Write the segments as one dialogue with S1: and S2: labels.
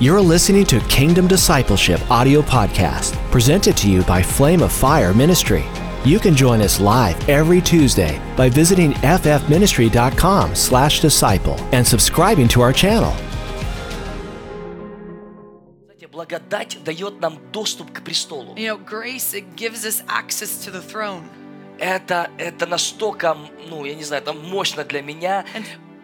S1: You're listening to Kingdom Discipleship audio podcast, presented to you by Flame of Fire Ministry. You can join us live every Tuesday by visiting ffministry.com slash disciple and subscribing to our channel.
S2: Знаете, благодать дает нам доступ к престолу.
S3: You know, grace, it gives us access to the throne.
S2: Это, это настолько, ну, я не знаю, это мощно для меня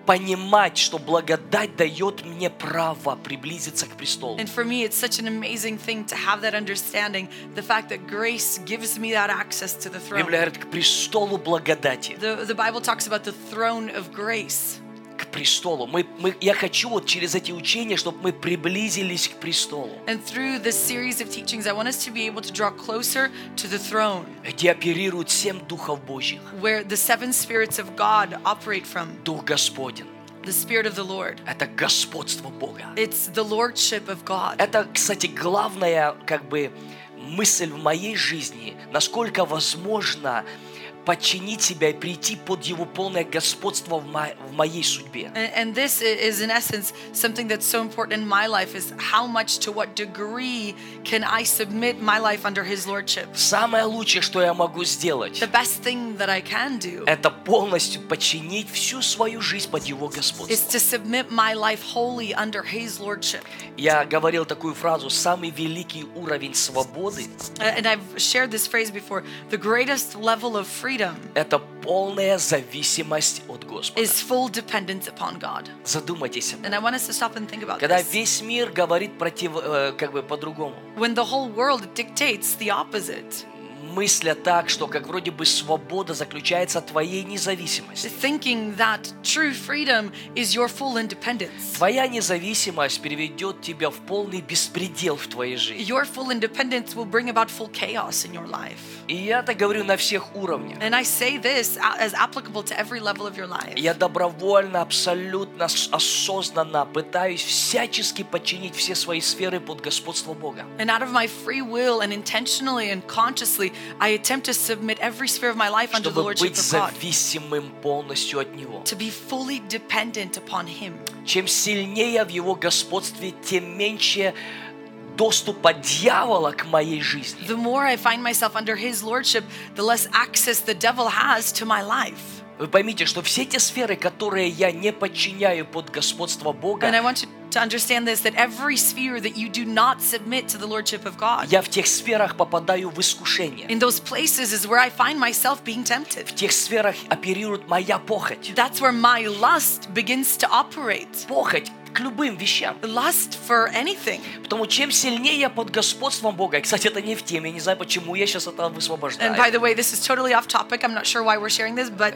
S2: понимать, что благодать дает мне право приблизиться к престолу.
S3: And for me, it's such an amazing thing to have that understanding the fact that grace gives me that access to the throne.
S2: Библия говорит, к престолу благодати,
S3: The, the Bible talks about the throne of grace.
S2: к престолу. Мы, мы, я хочу вот через эти учения, чтобы мы приблизились к престолу,
S3: And through this series of teachings, I want us to be able to draw closer to the throne
S2: где оперируют семь духов Божьих.
S3: where the seven spirits of God operate from
S2: Дух Господен
S3: the Spirit of the Lord.
S2: – это господство Бога.
S3: It's the lordship of God.
S2: Это, кстати, главная как бы мысль в моей жизни, насколько возможно подчинить себя и прийти под его полное господство в, мо- в моей судьбе.
S3: And, and this i- is, in essence, something that's so important in my life is how much to what degree can I submit my life under His Lordship?
S2: Самое лучшее, что я могу сделать,
S3: The best thing that I can do
S2: это полностью подчинить всю свою жизнь под его
S3: is
S2: господство.
S3: to submit my life wholly under His Lordship.
S2: Я говорил такую фразу, самый великий уровень свободы
S3: Uh, And I've shared this phrase before the greatest level of freedom
S2: – это полная зависимость от Господа.
S3: is full dependence upon God.
S2: Задумайтесь об этом.
S3: And I want us to stop and think about
S2: Когда
S3: this.
S2: весь мир говорит против, э, как бы по-другому,
S3: When the whole world dictates the opposite,
S2: мысля так, что как вроде бы свобода заключается в твоей независимости.
S3: thinking that true freedom is your full independence.
S2: Твоя независимость переведет тебя в полный беспредел в твоей жизни.
S3: Your full independence will bring about full chaos in your life.
S2: И я это говорю на всех уровнях.
S3: And I say this a- as applicable to every level of your life.
S2: Я добровольно, абсолютно с- осознанно пытаюсь всячески подчинить все свои сферы под господство Бога.
S3: And out of my free will and intentionally and consciously, I attempt to submit every sphere of my life under the
S2: Чтобы
S3: Lordship
S2: быть
S3: of God,
S2: зависимым полностью от Него.
S3: to be fully dependent upon Him.
S2: Чем сильнее в Его господстве, тем меньше доступа дьявола к моей жизни.
S3: The more I find myself under His Lordship, the less access the devil has to my life.
S2: Вы поймите, что все те сферы, которые я не подчиняю под господство
S3: And I
S2: Бога,
S3: want you to understand this that every sphere that you do not submit to the Lordship of God,
S2: я в тех сферах попадаю в искушение.
S3: in those places is where I find myself being tempted.
S2: В тех сферах оперирует моя похоть.
S3: That's where my lust begins to operate.
S2: Похоть к любым вещам.
S3: Lust for anything.
S2: Потому чем сильнее я под господством Бога, и, кстати, это не в теме, я не знаю, почему я сейчас это
S3: And by
S2: высвобождаю.
S3: the way, this is totally off topic. I'm not sure why we're sharing this, but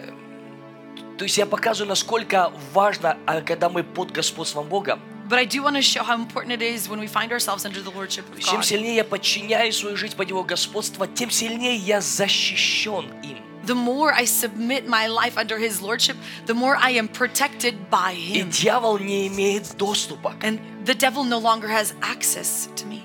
S2: То есть я показываю, насколько важно, а, когда мы под господством Бога,
S3: but I do want to show how important it is when we find ourselves under the lordship of
S2: чем
S3: God.
S2: сильнее я подчиняю свою жизнь под Его господство, тем сильнее я защищен им.
S3: The more I submit my life under His lordship, the more I am protected by
S2: И
S3: Him,
S2: дьявол не имеет доступа.
S3: and the devil no longer has access to me.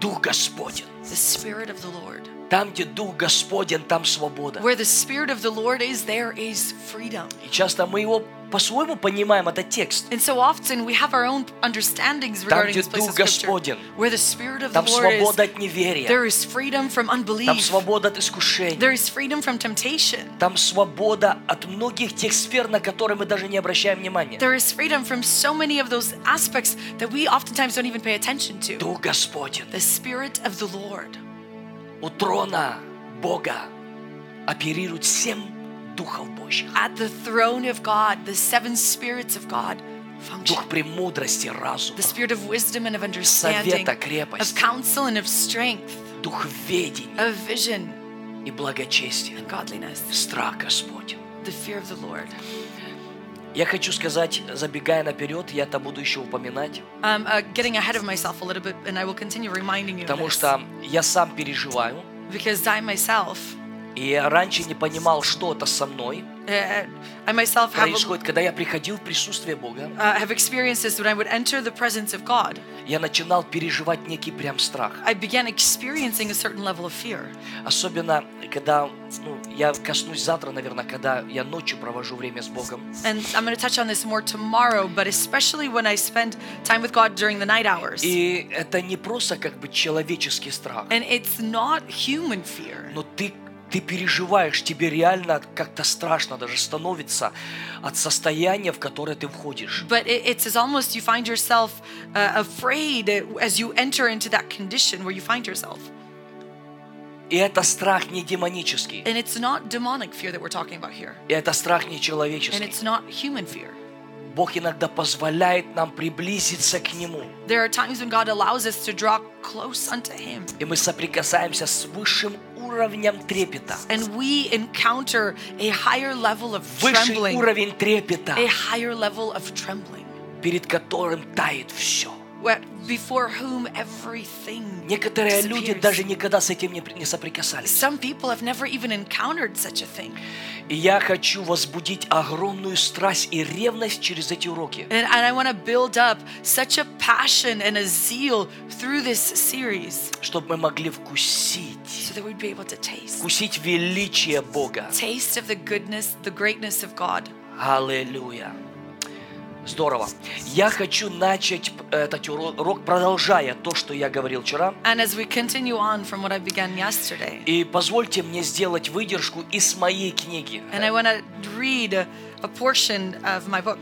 S2: Дух Господен.
S3: The Spirit of the Lord.
S2: Там, где Дух Господен, там свобода.
S3: Where the Spirit of the Lord is, there is freedom.
S2: И часто мы его по-своему понимаем, это текст.
S3: And so often we have our own understandings regarding
S2: где
S3: this place of
S2: Дух
S3: Scripture.
S2: Господен,
S3: Where the Spirit of the
S2: Там
S3: Lord is,
S2: свобода от неверия,
S3: There is freedom from
S2: там
S3: unbelief.
S2: свобода от искушений,
S3: There is freedom from temptation.
S2: там свобода от многих тех сфер, на которые мы даже не обращаем внимания.
S3: There is freedom from so many of those aspects that we oftentimes don't even pay attention to.
S2: Дух Господен.
S3: The Spirit of the Lord.
S2: У трона Бога оперирует семь духов Божьих.
S3: At the throne of God, the seven spirits of God function.
S2: Дух премудрости, разума,
S3: The spirit of wisdom and of understanding,
S2: Совета, крепости.
S3: of counsel and of strength,
S2: дух ведения
S3: of vision
S2: и благочестия.
S3: and godliness,
S2: Страх Господен.
S3: the fear of the Lord.
S2: Я хочу сказать, забегая наперед, я это буду еще упоминать,
S3: I'm uh, getting ahead of myself a little bit, and I will continue reminding you of
S2: потому
S3: this,
S2: что я сам переживаю,
S3: because I myself
S2: И я раньше не понимал, что это со мной
S3: Uh, I myself have,
S2: происходит. Когда я приходил в присутствие Бога,
S3: uh, have experienced this when I would enter the presence of God.
S2: я начинал переживать некий прям страх.
S3: I began experiencing a certain level of fear.
S2: Особенно, когда, ну, я коснусь завтра, наверное, когда я ночью провожу время с Богом.
S3: And I'm going to touch on this more tomorrow, but especially when I spend time with God during the night hours.
S2: И это не просто как бы человеческий страх,
S3: And it's not human fear.
S2: но ты ты переживаешь, тебе реально как-то страшно даже становится от состояния, в которое ты входишь.
S3: But it, it's as almost you find yourself uh, afraid as you enter into that condition where you find yourself.
S2: И это страх не демонический,
S3: And it's not demonic fear that we're talking about here.
S2: и это страх не
S3: And
S2: человеческий.
S3: it's not human fear.
S2: Бог иногда позволяет нам приблизиться к Нему,
S3: There are times when God allows us to draw close unto Him.
S2: и мы соприкасаемся с высшим уровнем трепета.
S3: And we encounter a higher level of
S2: Высший
S3: trembling,
S2: уровень трепета,
S3: a higher level of trembling,
S2: перед которым тает все.
S3: where- before whom everything.
S2: Некоторые люди
S3: disappears.
S2: даже никогда с этим не, при- не соприкасались.
S3: Some people have never even encountered such a thing.
S2: И я хочу возбудить огромную страсть и ревность через эти уроки.
S3: And, and I want to build up such a passion and a zeal through this series
S2: чтобы мы могли вкусить,
S3: so that we'd be able to taste.
S2: вкусить величие Бога.
S3: Taste of the goodness, the greatness of God.
S2: Аллилуйя. Здорово. Я хочу начать э, этот уро- урок, продолжая то, что я говорил вчера.
S3: And as we continue on from what I began yesterday,
S2: И позвольте мне сделать выдержку из моей книги.
S3: and I want to read a, a portion of my book.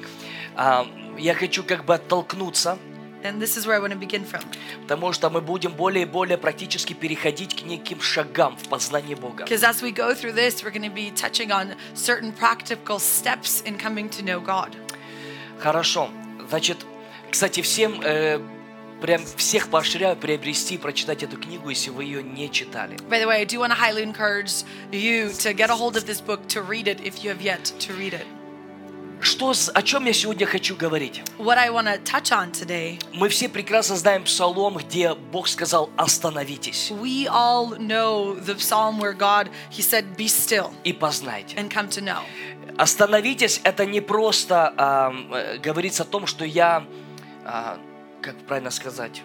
S2: А, Я хочу как бы оттолкнуться,
S3: And this is where I want to begin from.
S2: потому что мы будем более и более практически переходить к неким шагам в познании Бога.
S3: Because as we go through this, we're going to be touching on certain practical steps in coming to know God.
S2: Хорошо. Значит, кстати, всем э, прям всех поощряю приобрести и прочитать эту книгу, если вы ее не читали.
S3: By the way, I do want to highly encourage you to get a hold of this book, to read it if you have yet to read it.
S2: Что, с- о чем я сегодня хочу говорить?
S3: What I want to touch on today,
S2: Мы все прекрасно знаем псалом, где Бог сказал «Остановитесь
S3: we all know the psalm where God, He said, Be still
S2: и познайте».
S3: and come to know.
S2: «Остановитесь» — это не просто а, м, э, говорится о том, что я, а, как правильно сказать,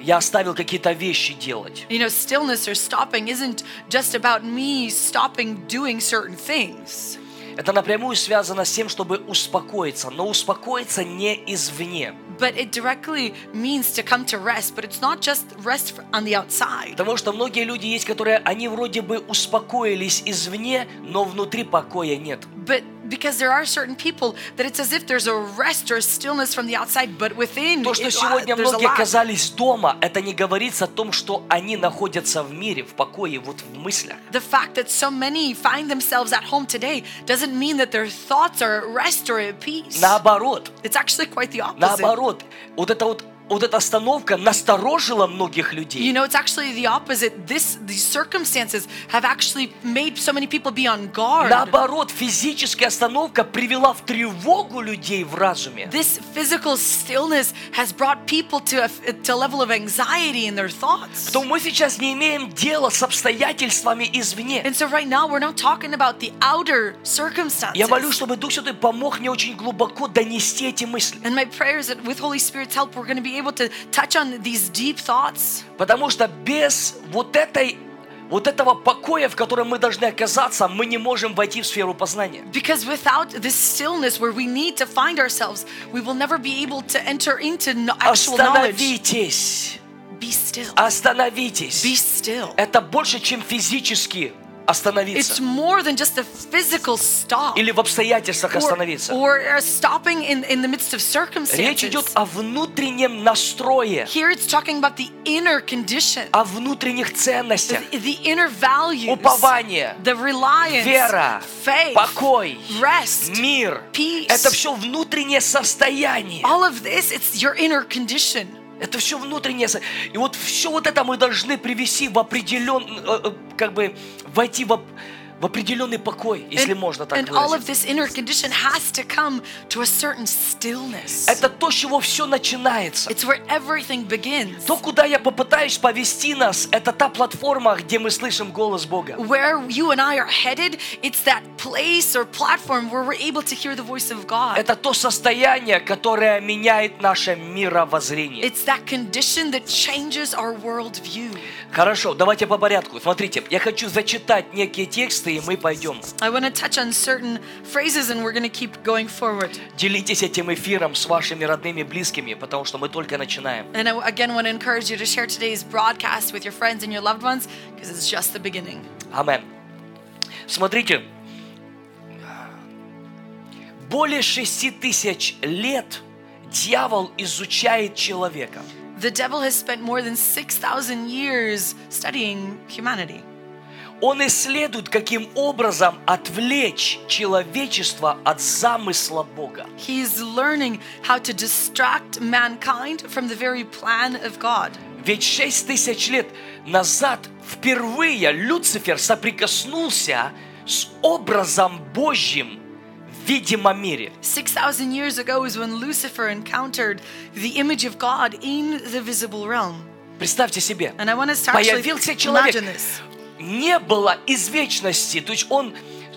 S2: я оставил какие-то вещи делать.
S3: You know, stillness or stopping isn't just about me stopping doing certain things.
S2: Это напрямую связано с тем, чтобы успокоиться, но успокоиться не извне.
S3: But it directly means to come to rest, but it's not just rest on the outside.
S2: Потому что многие люди есть, которые, они вроде бы успокоились извне, но внутри покоя нет.
S3: But because there are certain people that it's as if there's a rest or stillness from the outside, but within
S2: То, что
S3: it- uh,
S2: сегодня
S3: there's a
S2: многие
S3: lack.
S2: оказались дома, это не говорится о том, что они находятся в мире, в покое, вот в мыслях.
S3: The fact that so many find themselves at home today doesn't mean that their thoughts are at rest or at peace.
S2: Наоборот,
S3: It's actually quite the opposite.
S2: наоборот, вот эта вот вот эта остановка насторожила многих
S3: You
S2: людей.
S3: know, it's actually the opposite. This these circumstances have actually made so many people be on guard.
S2: Наоборот, физическая остановка привела в тревогу людей в разуме.
S3: This physical stillness has brought people to a, to a level of anxiety in their thoughts.
S2: То мы сейчас не имеем дела с обстоятельствами извне.
S3: And so right now we're not talking about the outer circumstances.
S2: Я молю, чтобы Дух Святой помог мне очень глубоко донести эти мысли.
S3: And my prayer is that with Holy Spirit's help, we're going to be able to touch on these deep thoughts.
S2: Потому что без вот этой вот этого покоя, в котором мы должны оказаться, мы не можем войти в сферу познания.
S3: Because without this stillness where we need to find ourselves, we will never be able to enter into no- actual knowledge.
S2: Остановитесь!
S3: Be still. Be
S2: Остановитесь!
S3: still.
S2: Это больше, чем физически
S3: It's
S2: остановиться.
S3: more than just a physical stop
S2: Или в обстоятельствах
S3: or,
S2: остановиться.
S3: or a stopping in, in the midst of
S2: Речь идет
S3: circumstances.
S2: о внутреннем настрое,
S3: Here it's talking about the inner condition,
S2: о внутренних ценностях,
S3: the, the inner values,
S2: упование,
S3: the reliance,
S2: вера,
S3: faith,
S2: покой,
S3: rest,
S2: мир.
S3: peace. А-
S2: Это все внутреннее состояние.
S3: all of this, it's your inner condition.
S2: Это все внутреннее. со- И вот все вот это мы должны привести в определен, э, э, как бы войти в, оп- в определенный покой, если
S3: and,
S2: можно так
S3: and all of
S2: выразиться.
S3: this inner condition has to come to a certain stillness.
S2: Это то, с чего все начинается.
S3: It's where everything begins.
S2: То, куда я попытаюсь повести нас, это та платформа, где мы слышим голос Бога.
S3: Where you and I are headed, it's that place or platform where we're able to hear the voice of God.
S2: Это то состояние, которое меняет наше мировоззрение.
S3: It's that condition that changes our worldview.
S2: Хорошо, давайте по порядку. Смотрите, я хочу зачитать некие тексты, и мы пойдем.
S3: I want to touch on certain phrases and we're going to keep going forward.
S2: Делитесь этим эфиром с вашими родными, близкими, потому что мы только начинаем.
S3: And I again want to encourage you to share today's broadcast with your friends and your loved ones because it's just the beginning.
S2: Амен. Смотрите, более шести тысяч лет дьявол изучает человека.
S3: The devil has spent more than 6,000 years studying humanity.
S2: Он исследует, каким образом отвлечь человечество от замысла Бога.
S3: He's learning how to distract mankind from the very plan of God.
S2: Ведь шесть тысяч лет назад впервые Люцифер соприкоснулся с образом Божьим в видимом мире.
S3: 6,000 years ago is when Lucifer encountered the image of God in the visible realm.
S2: Представьте себе,
S3: And I want us to actually
S2: появился человек,
S3: imagine this.
S2: не было из вечности, то есть он,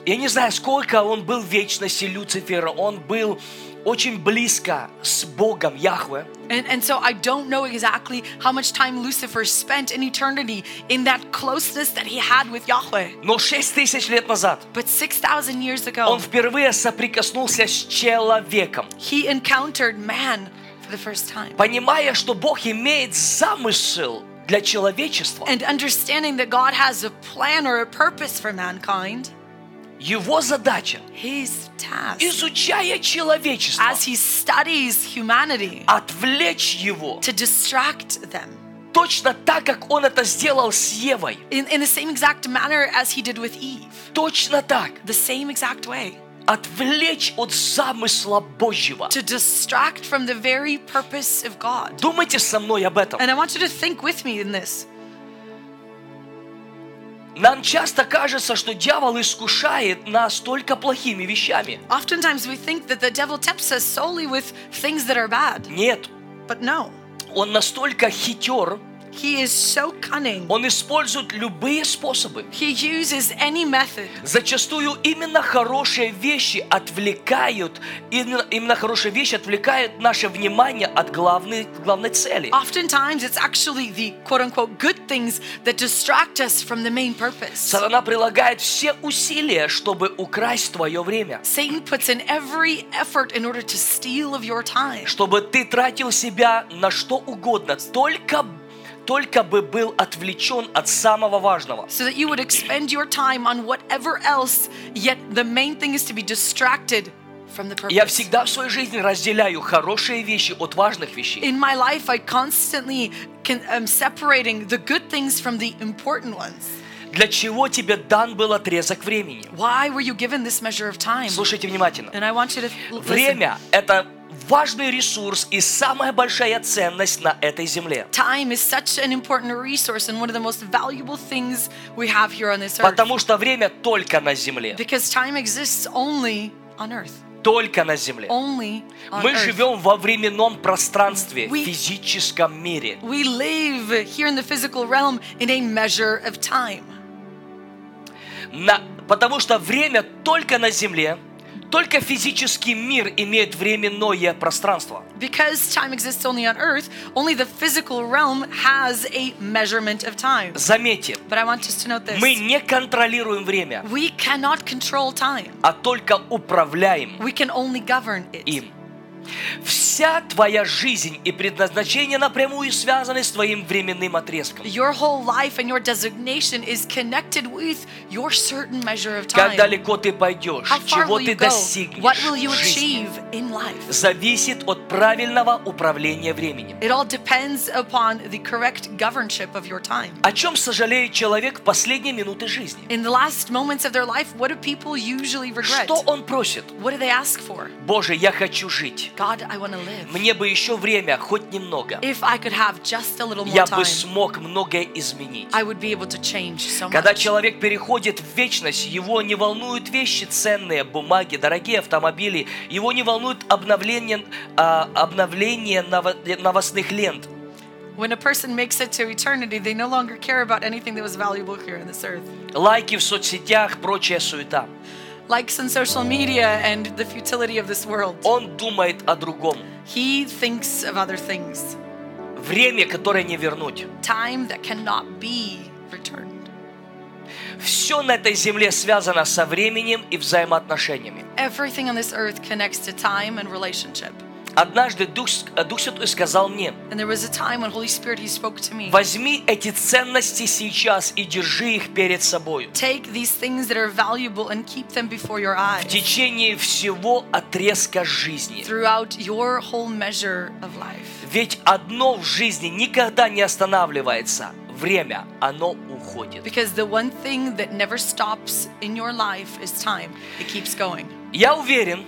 S2: я не знаю, сколько он был в вечности Люцифера, он был очень близко с Богом Яхве,
S3: And, and so I don't know exactly how much time Lucifer spent in eternity in that closeness that he had with Yahweh.
S2: но шесть тысяч лет назад
S3: But 6,000 years ago,
S2: он впервые соприкоснулся с человеком,
S3: he encountered man for the first time.
S2: понимая, что Бог имеет замысел для человечества.
S3: And understanding that God has a plan or a purpose for mankind,
S2: Его задача,
S3: his task,
S2: изучая человечество,
S3: as he studies humanity,
S2: отвлечь его,
S3: to distract them.
S2: точно так, как он это сделал с Евой.
S3: In, in the same exact manner as he did with Eve,
S2: Точно так.
S3: the same exact way.
S2: Отвлечь от замысла Божьего.
S3: To distract from the very purpose of God.
S2: Думайте со мной об этом.
S3: And I want you to think with me in this.
S2: Нам часто кажется, что дьявол искушает нас только плохими вещами.
S3: Oftentimes we think that the devil tempts us solely with things that are bad,
S2: Нет,
S3: but no.
S2: он настолько хитер,
S3: He is so cunning.
S2: он использует любые способы.
S3: He uses any method.
S2: Зачастую именно хорошие вещи отвлекают, именно, именно хорошие вещи отвлекают наше внимание от главной, главной цели.
S3: А Oftentimes it's actually the quote unquote good things that distract us from the main purpose.
S2: Сатана прилагает все усилия, чтобы украсть твое время.
S3: Satan puts in every effort in order to steal of your time.
S2: Чтобы ты тратил себя на что угодно, только, только бы был отвлечен от самого важного.
S3: so that you would expend your time on whatever else, yet the main thing is to be distracted from the purpose.
S2: Я всегда в своей жизни разделяю хорошие вещи от важных вещей.
S3: In my life, I constantly can, am separating the good things from the important ones.
S2: Для чего тебе дан был отрезок времени?
S3: Why were you given this measure of time?
S2: Слушайте внимательно.
S3: And I want you to l- listen.
S2: Время – это важный ресурс и самая большая ценность на этой земле.
S3: Time is such an important resource and one of the most valuable things we have here on this earth.
S2: Потому что время только на земле.
S3: Because time exists only on earth.
S2: Только на земле.
S3: Only on
S2: Мы
S3: earth.
S2: живем во временном пространстве, в
S3: We-
S2: физическом мире.
S3: We live here in the physical realm in a measure of time.
S2: На- Потому что время только на земле, только физический мир имеет временное пространство.
S3: Because time exists only on Earth, only the physical realm has a measurement of time.
S2: Заметьте,
S3: But I want us to note
S2: мы
S3: this.
S2: не контролируем время,
S3: We cannot control time.
S2: а только управляем
S3: We can only govern it.
S2: им. Вся твоя жизнь и предназначение напрямую связаны с твоим временным отрезком.
S3: Your whole life and your designation is connected with your certain measure of
S2: Как
S3: time.
S2: далеко ты пойдешь,
S3: How far
S2: чего
S3: will
S2: ты
S3: you go? What will
S2: достигнешь
S3: you
S2: в жизни,
S3: achieve in life?
S2: зависит от правильного управления временем.
S3: It all depends upon the correct governship of your time.
S2: О чем сожалеет человек в последние минуты жизни?
S3: In the last moments of their life, what do people usually regret?
S2: Что он просит?
S3: What do they ask for?
S2: Боже, я хочу жить.
S3: God, I want to live.
S2: Мне бы еще время, хоть немного.
S3: If I could have just a little more
S2: Я бы
S3: time,
S2: смог многое изменить.
S3: I would be able to change so
S2: Когда
S3: much.
S2: человек переходит в вечность, его не волнуют вещи ценные, бумаги, дорогие автомобили. Его не волнует обновление, а, обновление ново- новостных лент.
S3: When a person makes it to eternity, they no longer care about anything that was valuable here on this earth.
S2: Лайки в соцсетях, прочая суета.
S3: Likes on social media and the futility of this world.
S2: Он думает о другом.
S3: He thinks of other things.
S2: Время, которое не вернуть.
S3: Time that cannot be returned.
S2: Все на этой земле связано со временем и взаимоотношениями.
S3: Everything on this earth connects to time and relationship.
S2: Однажды Дух, С- э, Дух Святой сказал мне,
S3: And there was a time when Holy Spirit He spoke to me.
S2: возьми эти ценности сейчас и держи их перед собой.
S3: Take these things that are valuable and keep them before your
S2: В
S3: eyes
S2: течение всего отрезка жизни.
S3: throughout your whole measure of life.
S2: Ведь одно в жизни никогда не останавливается. Время, оно уходит.
S3: Because the one thing that never stops in your life is time. It keeps going.
S2: Я уверен,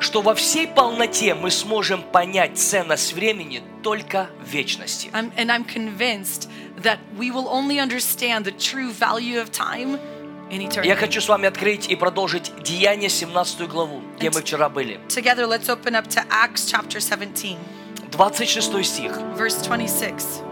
S2: что во всей полноте мы сможем понять ценность времени только в вечности.
S3: I'm, and I'm convinced that we will only understand the true value of time in
S2: Я
S3: eternity.
S2: хочу с вами открыть и продолжить Деяние 17 главу, где мы вчера были.
S3: Together, let's open up to Acts chapter 17,
S2: 26 стих.
S3: verse 26.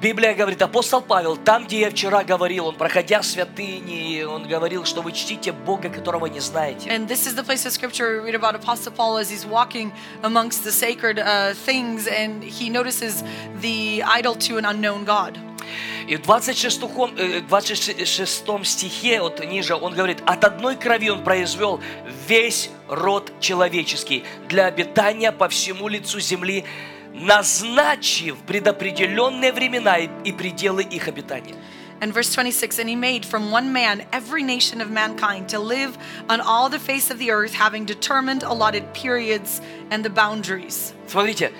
S2: Библия говорит, апостол Павел, там, где я вчера говорил, он, проходя святыни, он говорил, что вы чтите Бога, которого не знаете.
S3: And this is the place of scripture we read about Apostle Paul as he's walking amongst the sacred uh, things and he notices the idol to an unknown God.
S2: И в 26, э, 26 стихе, вот ниже, он говорит, от одной крови он произвел весь род человеческий для обитания по всему лицу земли, назначив предопределенные времена и- и пределы их обитания.
S3: And verse 26 And he made from one man every nation of mankind to live on all the face of the earth, having determined allotted periods and the boundaries.
S2: Смотрите,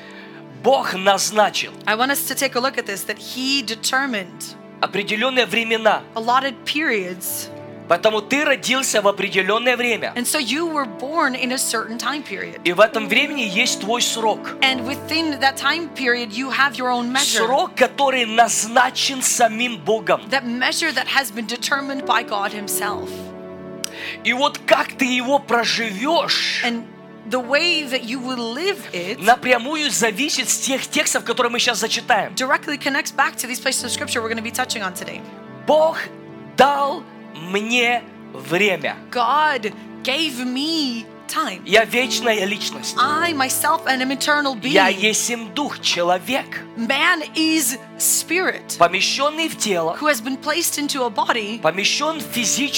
S2: Бог назначил
S3: I want us to take a look at this that he determined
S2: определенные времена,
S3: allotted periods.
S2: Поэтому ты родился в определенное время.
S3: And so you were born in a certain time period.
S2: И в этом времени есть твой срок.
S3: And within that time period, you have your own measure.
S2: Срок, который назначен самим Богом.
S3: That measure that has been determined by God Himself.
S2: И вот как ты его проживешь,
S3: And the way that you will live it
S2: напрямую зависит с тех текстов, которые мы сейчас зачитаем.
S3: directly connects back to these places of scripture we're going to be touching on today.
S2: Бог дал мне время.
S3: God gave me time.
S2: Я вечная личность.
S3: I myself am an eternal
S2: Я
S3: being.
S2: есть им дух, человек,
S3: Man is spirit
S2: помещенный в тело,
S3: who has been placed into a body
S2: помещен в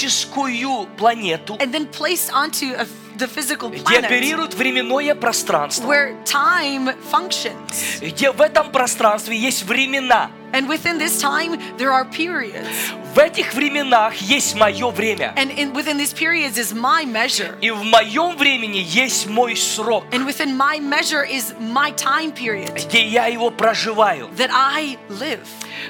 S2: физическую планету,
S3: and then placed onto a, the physical
S2: где
S3: planet
S2: оперирует временное пространство.
S3: where time functions.
S2: где в этом пространстве есть времена.
S3: And within this time, there are periods.
S2: В этих временах есть мое время.
S3: And in, within these periods is my measure.
S2: И в моем времени есть мой срок,
S3: And within my measure is my time period
S2: где я его проживаю.
S3: that I live.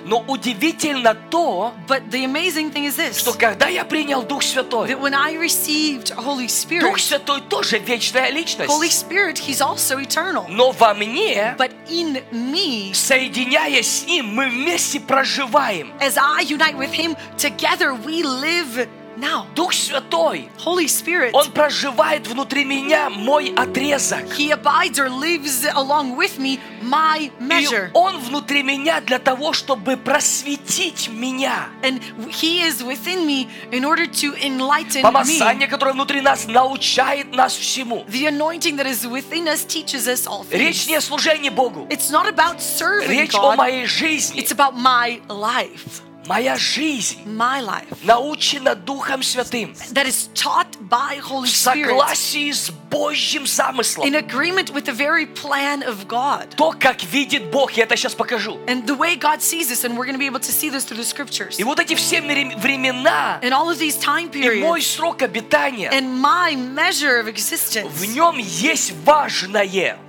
S2: Но удивительно то,
S3: But the amazing thing is this
S2: что когда я принял Дух Святой,
S3: that when I received Holy
S2: Дух
S3: Spirit,
S2: Святой тоже вечная
S3: Holy
S2: личность.
S3: Spirit, He's also eternal.
S2: Но во мне,
S3: But in me,
S2: соединяясь с Ним, мы вместе проживаем.
S3: as I unite with Him, together we live now.
S2: Дух Святой,
S3: Holy Spirit,
S2: Он проживает внутри меня мой отрезок.
S3: He abides or lives along with me my
S2: И
S3: measure.
S2: Он внутри меня для того, чтобы просветить меня.
S3: And He is within me in order to enlighten me.
S2: Помазание, которое внутри нас, научает нас всему.
S3: The anointing that is within us teaches us all
S2: Речь
S3: things.
S2: не о служении Богу.
S3: It's not about serving
S2: Речь о
S3: God.
S2: моей жизни.
S3: It's about my life.
S2: Моя жизнь
S3: My life.
S2: научена Духом Святым
S3: That is taught by Holy
S2: в
S3: Spirit
S2: согласии с Божьим
S3: in
S2: замыслом.
S3: agreement with the very plan of God.
S2: То, как видит Бог, я это сейчас покажу.
S3: And the way God sees us, and we're going to be able to see this through the scriptures.
S2: И вот эти все мере- времена
S3: And all of these time
S2: и мой
S3: periods
S2: срок обитания,
S3: and my measure of
S2: в
S3: existence,
S2: нем есть важное.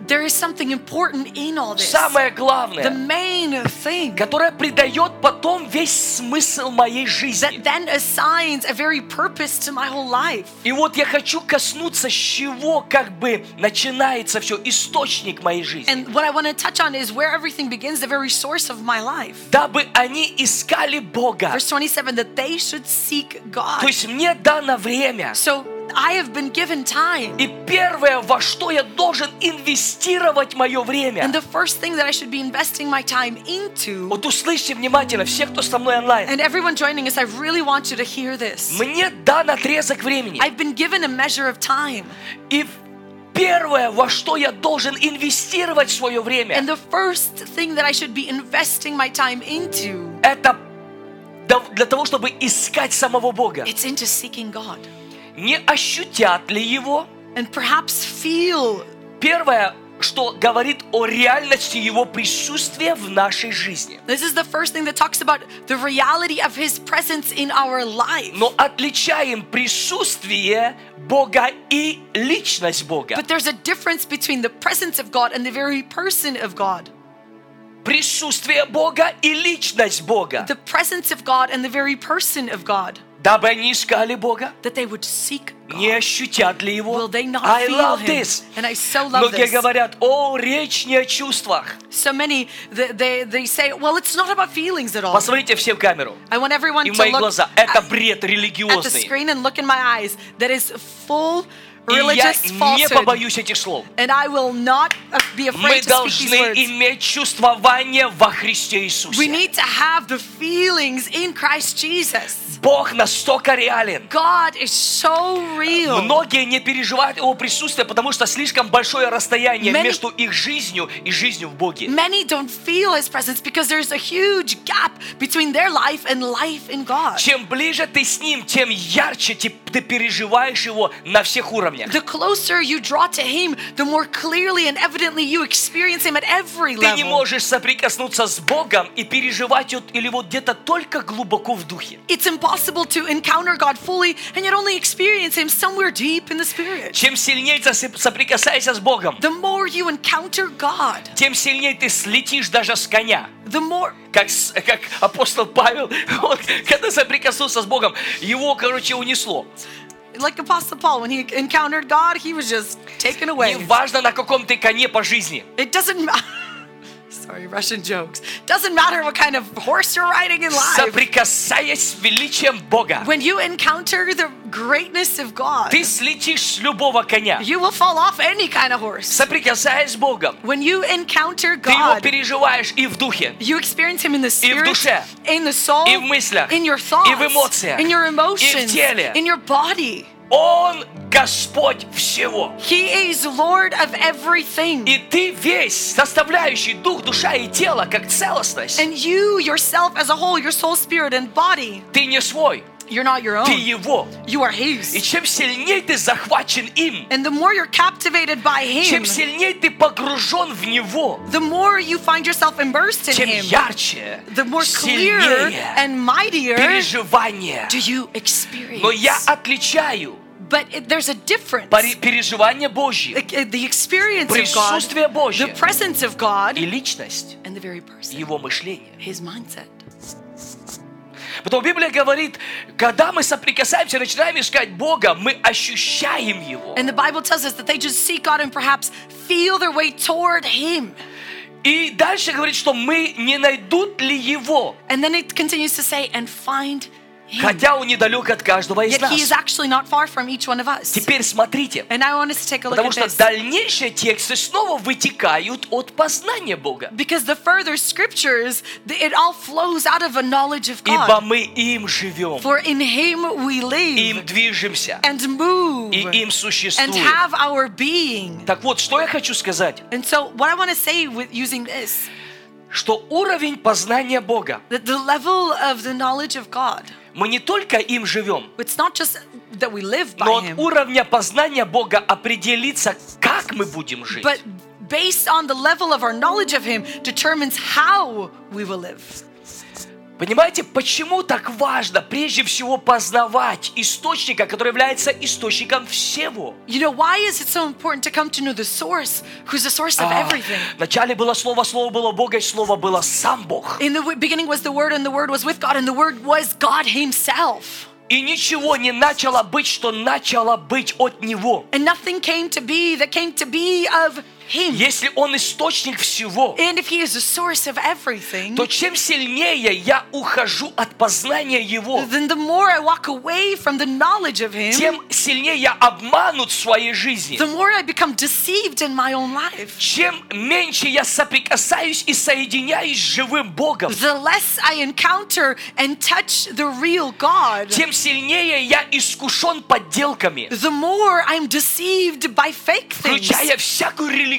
S3: There is something important in all this.
S2: Самое
S3: The
S2: главное,
S3: main thing
S2: которое придает потом весь смысл моей
S3: that
S2: жизни.
S3: then assigns a very purpose to my whole life.
S2: И вот я хочу коснуться, с чего как бы начинается все, источник моей жизни.
S3: And what I want to touch on is where everything begins, the very source of my life.
S2: Дабы они искали Бога.
S3: Verse 27 that they should seek God.
S2: То есть мне дано время.
S3: So I have been given time.
S2: И первое, во что я должен инвестировать мое время.
S3: And the first thing that I should be investing my time into,
S2: Вот услышьте внимательно, все, кто со мной онлайн.
S3: and everyone joining us, I really want you to hear this.
S2: Мне дан отрезок времени.
S3: I've been given a measure of time.
S2: И первое, во что я должен инвестировать свое время,
S3: And the first thing that I should be investing my time into,
S2: это дов- для того, чтобы искать самого Бога.
S3: it's into seeking God.
S2: Не ощутят ли Его?
S3: And perhaps feel
S2: Первое, что говорит о реальности Его присутствия в нашей жизни.
S3: This is the first thing that talks about the reality of his presence in our life.
S2: Но отличаем присутствие Бога и личность Бога.
S3: But there's a difference between the presence of God and the very person of God.
S2: Присутствие Бога и личность Бога.
S3: The presence of God and the very person of God.
S2: Дабы они искали Бога,
S3: That they would seek God.
S2: не ощутят ли Его.
S3: Will they not
S2: I
S3: feel
S2: love
S3: him?
S2: this.
S3: And I so love
S2: Многие
S3: this.
S2: говорят, о, речь не о чувствах.
S3: So many, they, they, they say, well, it's not about feelings at all.
S2: Посмотрите все в камеру.
S3: I want everyone
S2: И
S3: to
S2: в мои
S3: look
S2: глаза.
S3: at,
S2: Это бред
S3: at the
S2: религиозный.
S3: screen and look in my eyes. That is full
S2: И я
S3: religious
S2: не
S3: falsehood.
S2: побоюсь этих слов.
S3: And I will not uh, be
S2: Мы
S3: afraid to speak
S2: должны
S3: these words.
S2: иметь чувствование во Христе
S3: We
S2: Иисусе.
S3: need to have the feelings in Christ Jesus.
S2: Бог настолько реален.
S3: God is so
S2: Uh,
S3: real.
S2: Многие не переживают его присутствие, потому что слишком большое расстояние
S3: Many-
S2: между их жизнью и жизнью в Боге.
S3: Many don't feel his presence because there's a huge gap between their life and life in God.
S2: Чем ближе ты с Ним, тем ярче те- ты переживаешь Его на всех уровнях.
S3: The closer you draw to him, the more clearly and evidently you experience him at every
S2: Ты не
S3: level.
S2: можешь соприкоснуться с Богом и переживать вот- или вот где-то только glубоко в духе.
S3: It's impossible to encounter God fully and yet only experience him somewhere deep in the spirit.
S2: Чем сильнее ты сопри- соприкасаешься с Богом,
S3: The more you encounter God,
S2: тем сильнее ты слетишь даже с коня.
S3: the more
S2: Как, с- как апостол Павел, он, когда соприкоснулся с Богом, его, короче, унесло.
S3: like Apostle Paul, when he encountered God, he was just taken away.
S2: Неважно, на каком ты коне по жизни.
S3: It doesn't matter. Sorry, Russian jokes. Doesn't matter what kind of horse you're riding in life.
S2: Соприкасаясь с величием Бога,
S3: When you encounter the greatness of God,
S2: ты слетишь с любого коня.
S3: you will fall off any kind of horse.
S2: Соприкасаясь с Богом,
S3: When you encounter
S2: ты его
S3: God,
S2: переживаешь и в духе,
S3: you experience Him in the spirit,
S2: душе,
S3: in the soul,
S2: и в мыслях,
S3: in your
S2: и в
S3: thoughts,
S2: эмоциях,
S3: in your
S2: и в
S3: emotions,
S2: теле.
S3: in your body.
S2: Он Господь всего.
S3: He is Lord of everything.
S2: И ты весь, составляющий дух, душа и тело, как целостность,
S3: and you yourself as a whole, your soul, spirit, and body,
S2: ты не свой,
S3: you're not your own.
S2: ты его.
S3: you are
S2: И
S3: His.
S2: чем сильнее ты захвачен им,
S3: And the more you're captivated by Him,
S2: чем сильнее ты погружен в него,
S3: the more you find yourself immersed in
S2: тем
S3: him,
S2: ярче,
S3: the more clear
S2: сильнее
S3: and mightier
S2: переживание.
S3: do you
S2: Но я
S3: experience.
S2: отличаю
S3: But it, there's a difference.
S2: пари- переживание Божье
S3: Like, uh, the experience of God,
S2: Присутствие Божье.
S3: the presence of God,
S2: и личность,
S3: and the very person,
S2: его мышление.
S3: his mindset.
S2: Потому Библия говорит, когда мы соприкасаемся, начинаем искать Бога, мы ощущаем Его.
S3: And the Bible tells us that they just seek God and perhaps feel their way toward him.
S2: И дальше говорит, что мы не найдут ли Его,
S3: And then it continues to say, and find him.
S2: хотя Он недалек от каждого из
S3: Yet he is
S2: нас.
S3: actually not far from each one of us.
S2: Теперь смотрите,
S3: And I want us to take a look
S2: потому
S3: at
S2: что
S3: this.
S2: дальнейшие тексты снова вытекают от познания Бога.
S3: Because the further scriptures, th- it all flows out of a knowledge of
S2: Ибо
S3: God.
S2: мы им живем,
S3: For in Him we
S2: им
S3: live
S2: движемся
S3: and move
S2: и им
S3: and
S2: существуем.
S3: have our being.
S2: Так вот, что я хочу сказать,
S3: And so, what I want to say with using this,
S2: что уровень познания Бога,
S3: that the level of the knowledge of God,
S2: мы не только им живем,
S3: it's not just that we live
S2: но
S3: by
S2: от
S3: Him,
S2: уровня познания Бога определиться, как мы будем жить.
S3: but based on the level of our knowledge of Him determines how we will live.
S2: Понимаете, почему так важно прежде всего познавать источника, который является источником всего?
S3: You know, why is it so important to come to know the source, who's the source of
S2: А,
S3: everything?
S2: Вначале было слово, слово было Бога, и слово было сам Бог.
S3: In the w- beginning was the Word, and the Word was with God, and the Word was God Himself.
S2: И ничего не начало быть, что начало быть от Него.
S3: And nothing came to be that came to be of Him.
S2: Если Он источник всего,
S3: And if He is the source of everything,
S2: то чем сильнее я ухожу от познания Его,
S3: then the more I walk away from the knowledge of Him,
S2: тем сильнее я обманут в своей жизни.
S3: the more I become deceived in my own life.
S2: Чем меньше я соприкасаюсь и соединяюсь с живым Богом,
S3: The less I encounter and touch the real God,
S2: тем сильнее я искушен подделками,
S3: the more I'm deceived by fake things,
S2: включая всякую религиозную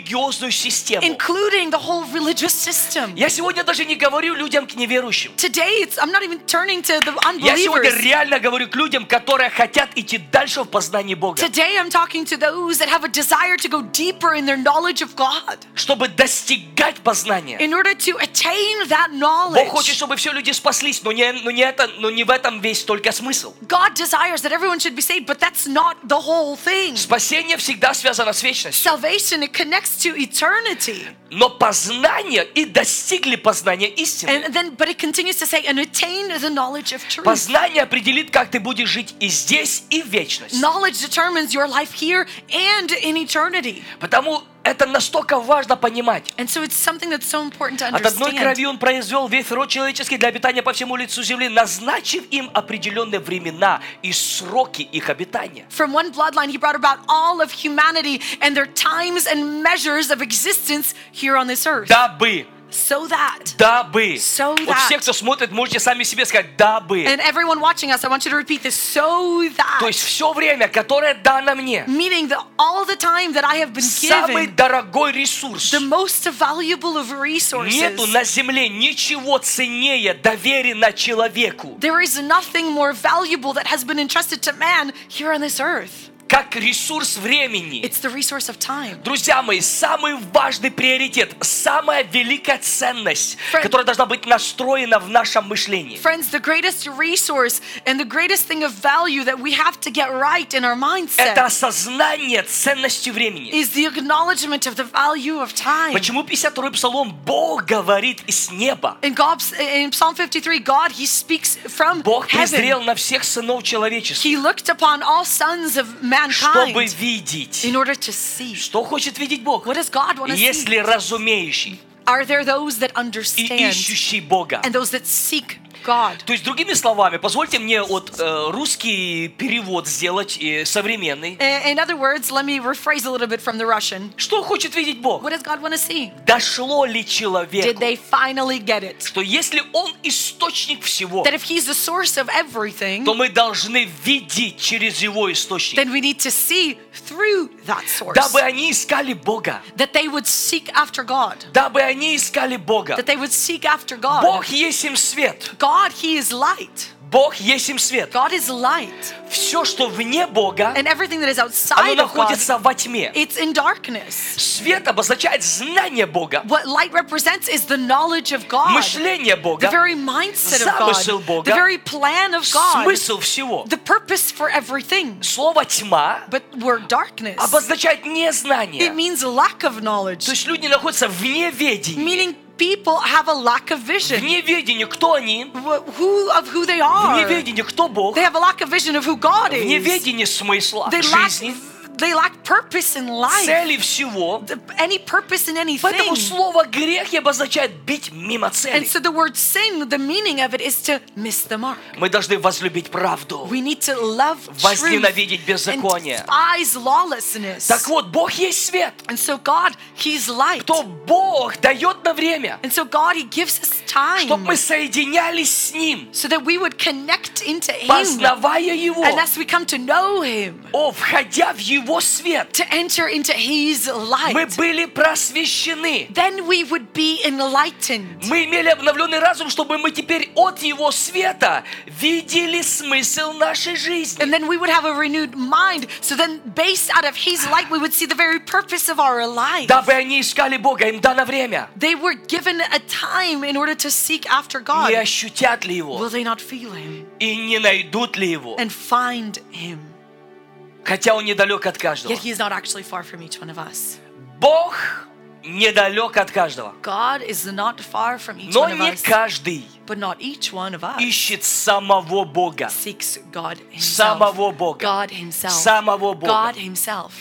S2: систему.
S3: including the whole religious system.
S2: Я сегодня даже не говорю людям к неверующим.
S3: Today, it's, I'm not even turning to the
S2: Я сегодня
S3: unbelievers.
S2: реально говорю к людям, которые хотят идти дальше в познании Бога,
S3: Today, I'm talking to those that have a desire to go deeper in their knowledge of God
S2: чтобы достигать познания.
S3: in order to attain that
S2: Бог хочет,
S3: knowledge.
S2: чтобы все люди спаслись, но не, но не это, но не в этом весь только смысл.
S3: God desires that everyone should be saved, but that's not the whole thing.
S2: Спасение всегда связано с вечностью.
S3: Salvation, it connects to eternity.
S2: Но познание и достигли познания истины.
S3: And then, but it continues to say, and attain the knowledge of truth.
S2: Познание определит, как ты будешь жить и здесь, и в вечность.
S3: Knowledge determines your life here and in eternity.
S2: Потому это настолько важно понимать.
S3: And so it's something that's so important to
S2: От одной
S3: understand.
S2: крови он произвел весь род человеческий для обитания по всему лицу земли, назначив им определенные времена и сроки их обитания.
S3: From one bloodline, he brought about all of humanity and their times and measures of existence here on this earth.
S2: Дабы,
S3: So that.
S2: дабы.
S3: So
S2: Вот все,
S3: that-
S2: кто смотрит, можете сами себе сказать, дабы.
S3: And everyone watching us, I want you to repeat this. So
S2: То
S3: that.
S2: есть все время, которое дано мне,
S3: Meaning that all the time that I have been
S2: самый
S3: given,
S2: дорогой ресурс.
S3: the most valuable of resources.
S2: Нету на земле ничего ценнее доверено человеку,
S3: There is nothing more valuable that has been entrusted to man here on this earth.
S2: как ресурс времени.
S3: It's the resource of time.
S2: Друзья мои, самый важный приоритет, самая великая ценность,
S3: Friend-
S2: которая должна быть настроена в нашем мышлении.
S3: Friends, the greatest resource and the greatest thing of value that we have to get right in our
S2: Это
S3: mindset
S2: осознание ценности времени.
S3: is the acknowledgement of the value of time.
S2: Почему 52-й псалом Бог говорит с неба?
S3: In, God, in Psalm 53, God, He speaks from
S2: Бог презрел
S3: heaven.
S2: на всех сынов человеческих,
S3: He looked upon all sons of
S2: чтобы
S3: mankind in
S2: видеть.
S3: order to see.
S2: Что хочет видеть Бог?
S3: What does God want to
S2: Если
S3: see?
S2: разумеющий
S3: Are there those that
S2: и
S3: understand
S2: ищущий Бога.
S3: and those that seek God?
S2: То есть, другими словами, позвольте мне вот э, русский перевод сделать э, современный.
S3: Eh, In other words, let me rephrase a little bit from the Russian.
S2: Что хочет видеть
S3: What
S2: Бог?
S3: does God want to see?
S2: Дошло ли
S3: Did
S2: человеку,
S3: they finally get it?
S2: что если он источник всего,
S3: That if He's the source of everything,
S2: то мы должны видеть через его источник,
S3: then we need to see through that source.
S2: дабы они искали Бога,
S3: That they would seek after God.
S2: дабы они искали Бога.
S3: That they would seek after God.
S2: Бог есть им свет.
S3: God, He is light.
S2: Бог есть им свет.
S3: God is light.
S2: Все, что вне Бога,
S3: And everything that is
S2: оно
S3: outside of God,
S2: находится во тьме.
S3: it's in darkness.
S2: Свет обозначает знание Бога,
S3: What light represents is the knowledge of God,
S2: мышление
S3: the
S2: Бога,
S3: very mindset of
S2: Замысел Бога.
S3: God, the very plan of God,
S2: смысл всего.
S3: the purpose for everything.
S2: Слово тьма
S3: But word darkness,
S2: обозначает
S3: it
S2: незнание.
S3: Ah, means lack of
S2: То
S3: knowledge.
S2: есть люди находятся вне ведения.
S3: Meaning people have a lack of vision.
S2: Вне ведения, кто они,
S3: Wh- Who of who they
S2: вне
S3: are. They
S2: ведения, кто Бог,
S3: have a lack of vision of who God
S2: вне
S3: is.
S2: ведения смысла
S3: They lack
S2: жизни,
S3: they lack purpose in life.
S2: цели всего.
S3: Th- Any purpose in anything.
S2: Поэтому слово грех и обозначает бить мимо
S3: And
S2: цели.
S3: so the word sin, the meaning of it is to miss the mark.
S2: Мы должны возлюбить правду,
S3: We need to love truth
S2: возненавидеть
S3: and
S2: беззаконие.
S3: despise lawlessness.
S2: Так вот, Бог есть свет.
S3: And so God, He's light.
S2: То Бог дает на время,
S3: And so God, He gives us time.
S2: чтобы мы соединялись с Ним,
S3: so that we would connect into Him.
S2: познавая Его,
S3: And as we come to know Him,
S2: о, входя в его свет.
S3: to enter into His
S2: Мы
S3: light.
S2: были просвещены.
S3: Then we would be enlightened.
S2: Мы имели обновленный разум, чтобы мы теперь от его света видели смысл нашей
S3: And
S2: жизни.
S3: then we would have a renewed mind. So then, based out of His light, we would see the very purpose of our life.
S2: Дабы они искали Бога, им дано время.
S3: They were given a time in order to seek after
S2: Не
S3: God.
S2: ощутят ли
S3: Will
S2: его
S3: they not feel Him
S2: и не найдут ли его.
S3: and find Him?
S2: Хотя он недалек от каждого.
S3: Yet He is not actually far from each one of us.
S2: Бог недалек от каждого.
S3: God is not far from each
S2: Но
S3: one of
S2: не
S3: us,
S2: каждый
S3: but not each one of us
S2: ищет самого Бога.
S3: seeks God
S2: Самого
S3: Himself.
S2: Бога.
S3: God Himself.
S2: Самого Бога.
S3: God Himself.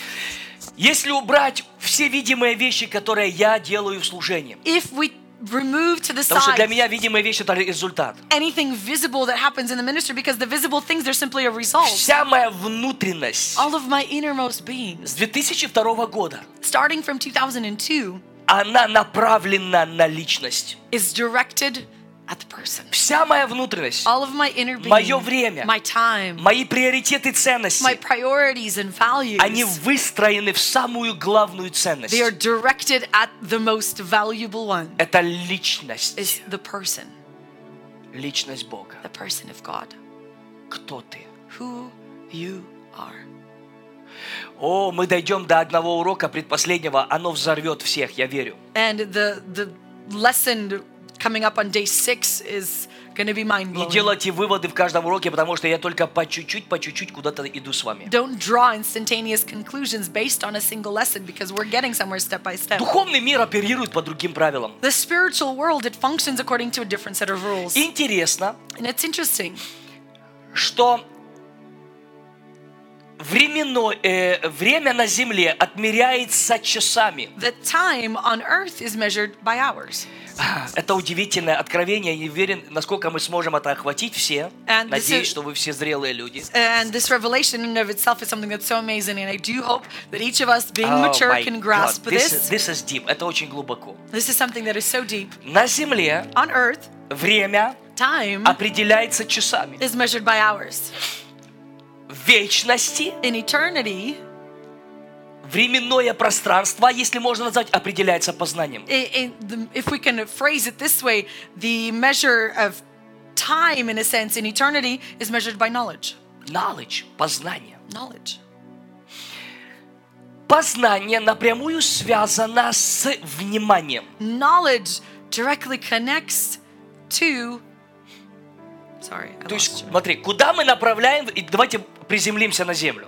S2: Если убрать все видимые вещи, которые я делаю в служении,
S3: If we remove to the
S2: потому что для
S3: side
S2: меня видимая вещь – это результат.
S3: anything visible that happens in the ministry, because the visible things they're simply a result.
S2: Вся моя внутренность
S3: All of my innermost beings,
S2: с 2002 года,
S3: starting from 2002,
S2: она направлена на личность.
S3: is directed at the person.
S2: Вся моя внутренность,
S3: All of my inner being,
S2: Моё время.
S3: my time,
S2: мои приоритеты и
S3: my
S2: ценности,
S3: priorities and values,
S2: они выстроены в самую главную ценность.
S3: they are directed at the most valuable one
S2: Это личность,
S3: is the person,
S2: личность Бога.
S3: the person of God,
S2: Кто ты?
S3: who you are.
S2: О, мы дойдем до одного урока предпоследнего, оно взорвет всех, я верю.
S3: And the the lesson coming up on day six is going to be mind
S2: Не
S3: blowing.
S2: делайте выводы в каждом уроке, потому что я только по чуть-чуть, по чуть-чуть куда-то иду с вами.
S3: Don't draw instantaneous conclusions based on a single lesson because we're getting somewhere step by step.
S2: Духовный мир оперирует по другим правилам.
S3: The spiritual world it functions according to a different set of rules,
S2: Интересно,
S3: and it's interesting.
S2: что временно, э, время на земле отмеряется часами.
S3: The time on earth is measured by hours.
S2: Это удивительное откровение. Я не уверен, насколько мы сможем это охватить все.
S3: And this
S2: Надеюсь,
S3: is-
S2: что вы все зрелые люди.
S3: And this revelation in and of itself is something that's so amazing, and I do hope that each of us, being
S2: Oh
S3: mature,
S2: my
S3: can
S2: God,
S3: grasp
S2: this
S3: this.
S2: is- this is deep. Это очень глубоко.
S3: This is something that is so deep.
S2: На земле
S3: On earth,
S2: время
S3: time
S2: Uh, определяется часами.
S3: is measured by hours.
S2: В вечности
S3: In eternity,
S2: временное пространство, если можно назвать, определяется познанием.
S3: i- in the- if we can phrase it this way, the measure of time, in a sense, in eternity is measured by knowledge.
S2: Knowledge – познание.
S3: Knowledge.
S2: Познание напрямую связано с вниманием.
S3: Knowledge directly connects to. Sorry. I
S2: То есть,
S3: lost you.
S2: смотри, куда мы направляем... И давайте приземлимся на землю.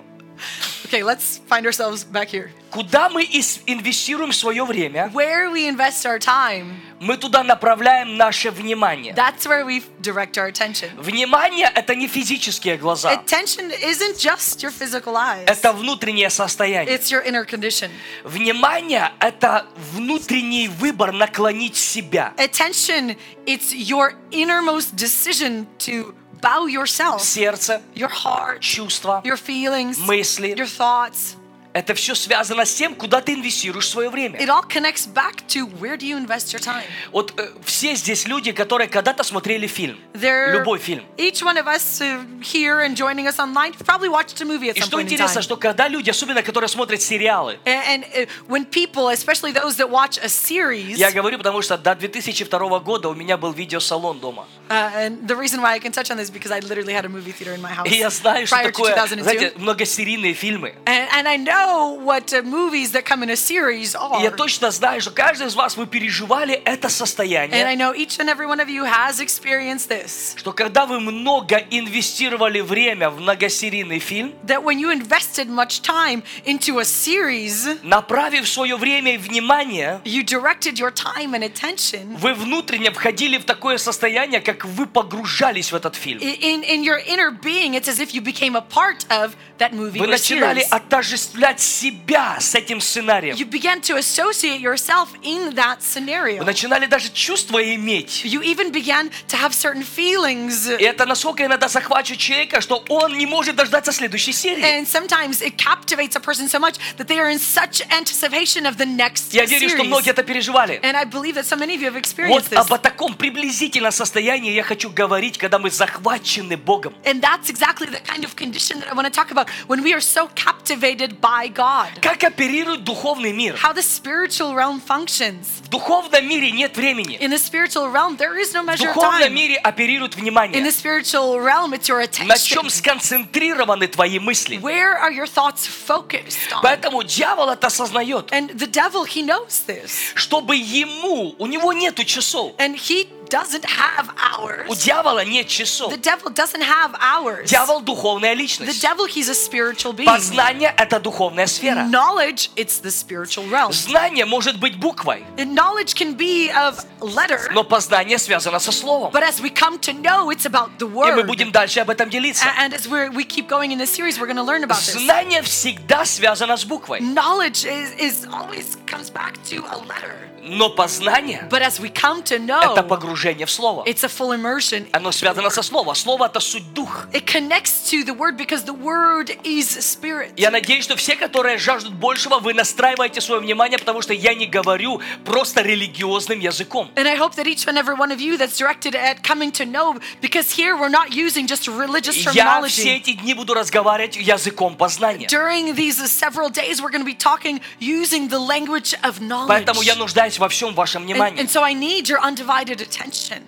S3: Okay, let's find ourselves back here.
S2: Куда мы ис- инвестируем свое время,
S3: Where we invest our time,
S2: мы туда направляем наше внимание.
S3: that's where we direct our attention.
S2: Внимание – это не физические глаза.
S3: Attention isn't just your physical eyes.
S2: Это внутреннее состояние.
S3: It's your inner condition.
S2: Внимание – это внутренний выбор наклонить себя.
S3: Attention, it's your innermost decision to bow yourself,
S2: Сердце,
S3: your heart,
S2: чувства,
S3: your feelings,
S2: мысли.
S3: your thoughts.
S2: Это все связано с тем, куда ты инвестируешь свое время.
S3: It all connects back to where do you invest your time?
S2: Вот э, все здесь люди, которые когда-то смотрели фильм.
S3: There,
S2: Любой фильм.
S3: Each one of us uh, here and joining us online probably watched a movie at
S2: И
S3: some
S2: что
S3: point in time.
S2: интересно, что когда люди, особенно которые смотрят сериалы,
S3: A- and uh, when people, especially those that watch a series,
S2: я говорю, потому что до 2002 года у меня был видеосалон дома.
S3: uh, and the reason why I can touch on this is because I literally had a movie theater in my house
S2: И я знаю, что
S3: prior to
S2: такое,
S3: 2002.
S2: знаете, многосерийные фильмы.
S3: and, and I know what uh, movies that come in a series
S2: И я
S3: are.
S2: точно знаю, что каждый из вас, вы переживали это
S3: And I
S2: состояние,
S3: know each and every one of you has experienced this.
S2: что когда вы много инвестировали время в многосерийный фильм,
S3: That when you invested much time into a series,
S2: направив свое время и внимание,
S3: you directed your time and attention.
S2: вы внутренне входили в такое состояние, как вы погружались в этот
S3: I-
S2: фильм.
S3: In, in your inner being, it's as if you became a part of that movie
S2: Вы
S3: or
S2: начинали
S3: series.
S2: отождествлять себя с этим сценарием.
S3: You began to associate yourself in that scenario.
S2: Вы начинали даже чувства иметь.
S3: You even began to have certain feelings.
S2: И это насколько иногда захвачивает человека, что он не может дождаться следующей серии.
S3: And sometimes it captivates a person so much that they are in such anticipation of the next
S2: Я верю, что
S3: series.
S2: многие это переживали.
S3: And I believe that so many of you have experienced
S2: Вот
S3: this.
S2: об таком приблизительно состоянии я хочу говорить, когда мы захвачены Богом.
S3: And that's exactly the kind of condition that I want to talk about when we are so captivated by by God,
S2: Как оперирует духовный мир?
S3: how the spiritual realm functions.
S2: В духовном мире нет времени.
S3: In the spiritual realm, there is no
S2: В
S3: measure of
S2: духовном
S3: time.
S2: мире оперирует
S3: In the
S2: внимание.
S3: spiritual realm, it's your
S2: На чем
S3: attention.
S2: сконцентрированы твои мысли.
S3: Where are your thoughts focused on?
S2: Поэтому дьявол это осознает.
S3: And the devil, he knows this.
S2: Чтобы ему, у него нету часов.
S3: And he doesn't have
S2: У
S3: hours.
S2: дьявола нет часов.
S3: The devil doesn't have hours.
S2: Дьявол духовная
S3: The
S2: личность.
S3: devil, he's a spiritual being.
S2: Познание это духовная сфера.
S3: Knowledge, it's the spiritual realm.
S2: Знание может быть буквой,
S3: And knowledge can be of letter,
S2: но познание связано со словом.
S3: but as we come to know, it's about the
S2: И мы
S3: word.
S2: будем дальше об этом делиться.
S3: A- And as we're, we keep going in this series, we're going to learn about this.
S2: Знание всегда связано с буквой,
S3: Knowledge is, is always comes back to a letter.
S2: но познание
S3: But as we come to
S2: это
S3: know,
S2: погружение в слово.
S3: it's a full immersion.
S2: Оно связано со словом. Слово это суть дух.
S3: It connects to the word because the word is spirit.
S2: Я надеюсь, что все, которые жаждут большего, вы настраиваете свое внимание, потому что я не говорю просто религиозным языком.
S3: And I hope that each and every one of you that's directed at coming to know, because here we're not using just religious
S2: Я все
S3: terminology.
S2: эти дни буду разговаривать языком познания.
S3: During these uh, several days, we're going to be talking using the language of knowledge.
S2: Поэтому я нуждаюсь во всем вашем
S3: And,
S2: внимании.
S3: and so I need your undivided attention.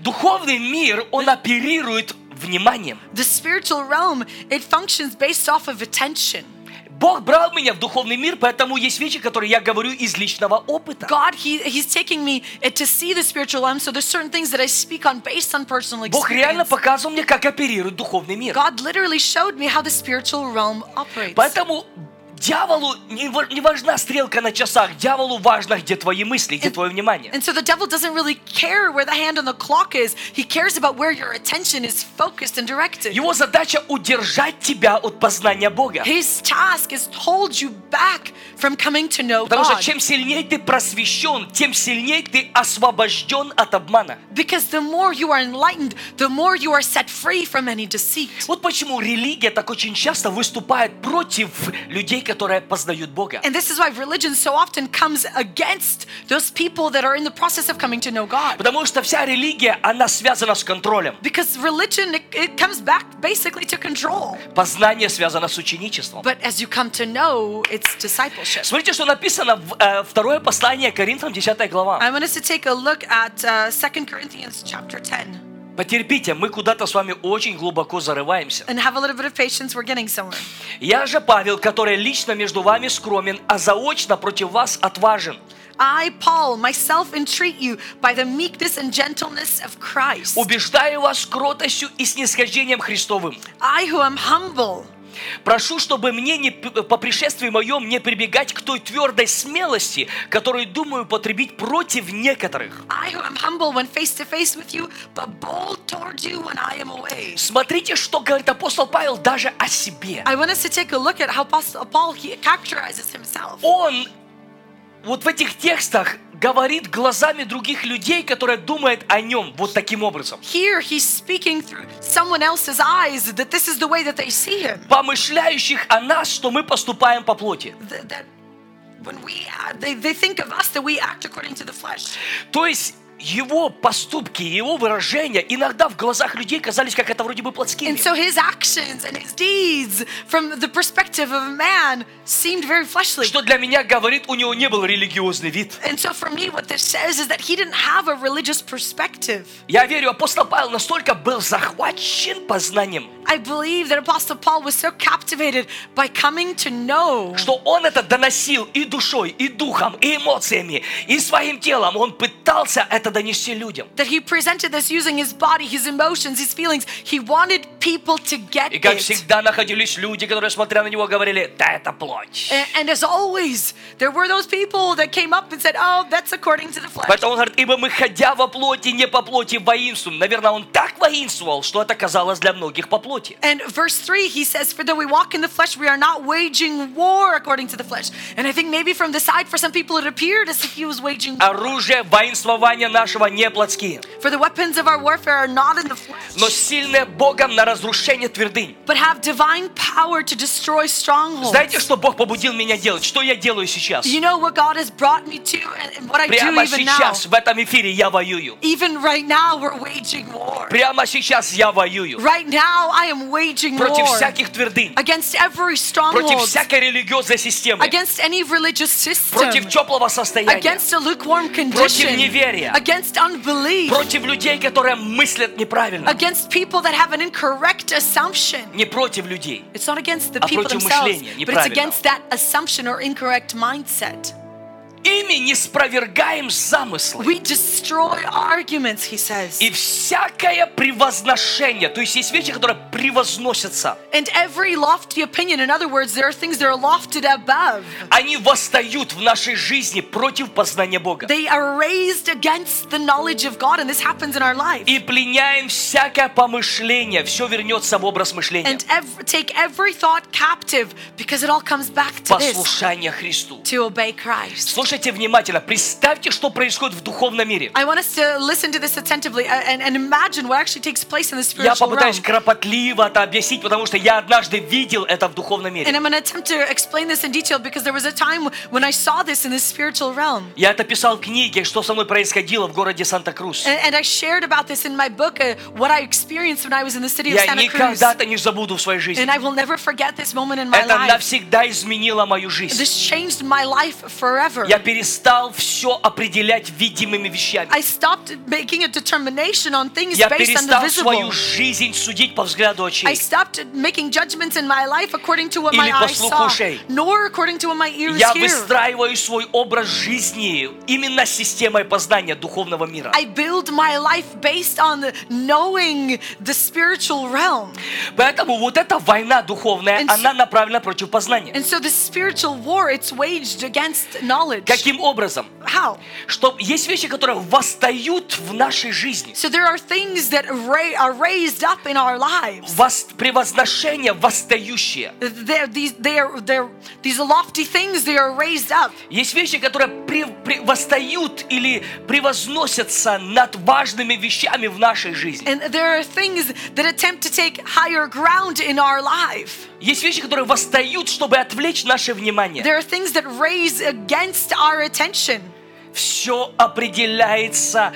S2: Духовный мир, он оперирует вниманием.
S3: The spiritual realm, it functions based off of attention.
S2: Бог брал меня в духовный мир, поэтому есть вещи, которые я говорю из личного опыта.
S3: God, he, He's taking me uh, to see the spiritual realm, so there's certain things that I speak on based on personal
S2: Бог реально
S3: experience.
S2: показывал мне, как оперирует духовный мир.
S3: God literally showed me how the spiritual realm operates.
S2: Поэтому дьяволу не ва- не важна стрелка на часах, дьяволу важно, где твои мысли, где твое внимание.
S3: And so the devil doesn't really care where the hand on the clock is. He cares about where your attention is focused and directed.
S2: Его задача удержать тебя от познания Бога.
S3: His task is to hold you back from coming to know
S2: Потому что
S3: God.
S2: чем сильнее ты просвещен, тем сильнее ты освобожден от обмана.
S3: Because the more you are enlightened, the more you are set free from any deceit.
S2: Вот почему религия так очень часто выступает против людей, которые познают Бога.
S3: And this is why religion so often comes against those people that are in the process of coming to know God.
S2: Потому что вся религия, она связана с контролем.
S3: Because religion, it, it comes back basically to control.
S2: Познание связано с ученичеством.
S3: But as you come to know, it's discipleship.
S2: Смотрите, что написано в э, второе послание Коринфянам, 10 глава.
S3: I want us to take a look at uh, 2 Corinthians chapter 10
S2: Потерпите, мы куда-то с вами очень глубоко зарываемся.
S3: and have a little bit of patience. We're getting somewhere.
S2: Я же Павел, который лично между вами скромен, а заочно против вас отважен.
S3: I, Paul, myself entreat you by the meekness and gentleness of Christ.
S2: Убеждаю вас кротостью и снисхождением Христовым.
S3: I, who am humble,
S2: Прошу, чтобы мне не, п- по пришествии моем не прибегать к той твердой смелости, которую думаю потребить против некоторых.
S3: I, who am humble when face to face with you, but bold toward you when I am away.
S2: Смотрите, что говорит апостол Павел даже о себе.
S3: I want us to take a look at how Apostle Paul he characterizes himself.
S2: Он вот в этих текстах говорит глазами других людей, которые думают о нем вот таким образом.
S3: Here, he's speaking through someone else's eyes that this is the way that they see him.
S2: помышляющих о нас, что мы поступаем по плоти.
S3: Th- that when we act, they, they think of us that we act according to the flesh.
S2: То есть его поступки, его выражения иногда в глазах людей казались как это вроде бы плотскими.
S3: And so his actions and his deeds, from the perspective of a man, seemed very fleshly.
S2: Что для меня говорит, у него не был религиозный вид.
S3: And so for me, what this says is that he didn't have a religious perspective.
S2: Я верю, апостол Павел настолько был захвачен познанием,
S3: I believe that Apostle Paul was so captivated by coming to know
S2: что он это доносил и душой, и духом, и эмоциями, и своим телом. Он пытался это донести людям.
S3: that he presented this using his body, his emotions, his feelings. He wanted people to get
S2: И как
S3: it.
S2: всегда находились люди, которые, смотря на него, говорили, да это плоть.
S3: A- And as always, there were those people that came up and said, Oh, that's according to the flesh.
S2: Поэтому он говорит, ибо мы, ходя во плоти, не по плоти воинствуем. Наверное, он так воинствовал, что это казалось для многих по плоти.
S3: And verse 3, he says, For though we walk in the flesh, we are not waging war according to the flesh. And I think maybe from the side, for some people, it appeared as if he was waging war.
S2: Оружие воинствования нашего не плотские,
S3: For the weapons of our warfare are not in the
S2: но
S3: flesh,
S2: сильные Богом на разрушение твердынь.
S3: but have divine power to destroy strongholds.
S2: Знаете, что Бог побудил меня делать? Что я делаю сейчас?
S3: You know what God has brought me to and what I do
S2: Прямо
S3: even now.
S2: сейчас в этом эфире я воюю.
S3: Even right now, we're waging war.
S2: Прямо сейчас я воюю.
S3: Right now, I am waging
S2: Против
S3: war
S2: всяких твердынь,
S3: against every
S2: против
S3: stronghold,
S2: всякой религиозной системы,
S3: against any religious system,
S2: против теплого состояния,
S3: against a lukewarm condition,
S2: неверия,
S3: against unbelief,
S2: против людей, которые мыслят неправильно.
S3: against people that have an incorrect assumption.
S2: Не против людей.
S3: It's not against the
S2: А
S3: people
S2: против
S3: themselves,
S2: мышления,
S3: but
S2: неправильного.
S3: it's against that assumption or incorrect mindset.
S2: Ими не спровергаем замыслы.
S3: We destroy arguments, he says.
S2: И всякое превозношение. То есть есть вещи, которые превозносятся.
S3: And every lofty opinion, in other words, there are things that are lofted above.
S2: Они восстают в нашей жизни против познания Бога.
S3: They are raised against the knowledge of God, and this happens in our life.
S2: И пленяем всякое помышление. Все вернется в образ мышления.
S3: And ev- take every thought captive because it all comes back to this
S2: Послушание Христу.
S3: to obey Christ.
S2: Слушайте внимательно. Представьте, что происходит в духовном мире.
S3: I want us to listen to this attentively uh, and, and imagine what actually takes place in the
S2: Я
S3: spiritual realm.
S2: попытаюсь кропотливо это объяснить, потому что я однажды видел это в духовном
S3: And
S2: мире.
S3: I'm going to attempt to explain this in detail because there was a time when I saw this in the spiritual realm.
S2: Я это писал в книге, что со мной происходило в городе Санта-Крус.
S3: And, and I shared about this in my book, uh, what I experienced when I was in the city of
S2: Я
S3: Santa Cruz.
S2: никогда-то не забуду в своей жизни.
S3: And I will never forget this moment in my
S2: Это
S3: life.
S2: навсегда изменило мою жизнь.
S3: This changed my life forever.
S2: Я перестал все определять видимыми вещами.
S3: I stopped making a determination on things
S2: Я
S3: based on the
S2: перестал свою
S3: visible.
S2: жизнь судить по взгляду
S3: I
S2: очей.
S3: stopped making judgments in my life according to what my
S2: Или по
S3: eyes
S2: слуху
S3: saw,
S2: ушей.
S3: nor according to what my ears
S2: Я
S3: hear.
S2: выстраиваю свой образ жизни именно системой познания духовного мира.
S3: I build my life based on the knowing the spiritual realm.
S2: Поэтому вот эта война духовная,
S3: And so-
S2: она направлена против познания.
S3: And so the spiritual war, it's waged against knowledge.
S2: Каким образом?
S3: How?
S2: Что есть вещи, которые восстают в нашей жизни.
S3: So there are things that ra- are raised up in our lives.
S2: Вос- Превозношение восстающее.
S3: They're, these, they are, they're, these lofty things, they are raised up.
S2: Есть вещи, которые при- при- восстают или превозносятся над важными вещами в нашей жизни.
S3: And there are things that attempt to take higher ground in our life.
S2: Есть вещи, которые восстают, чтобы отвлечь наше внимание.
S3: There are things that raise against our attention.
S2: Все определяется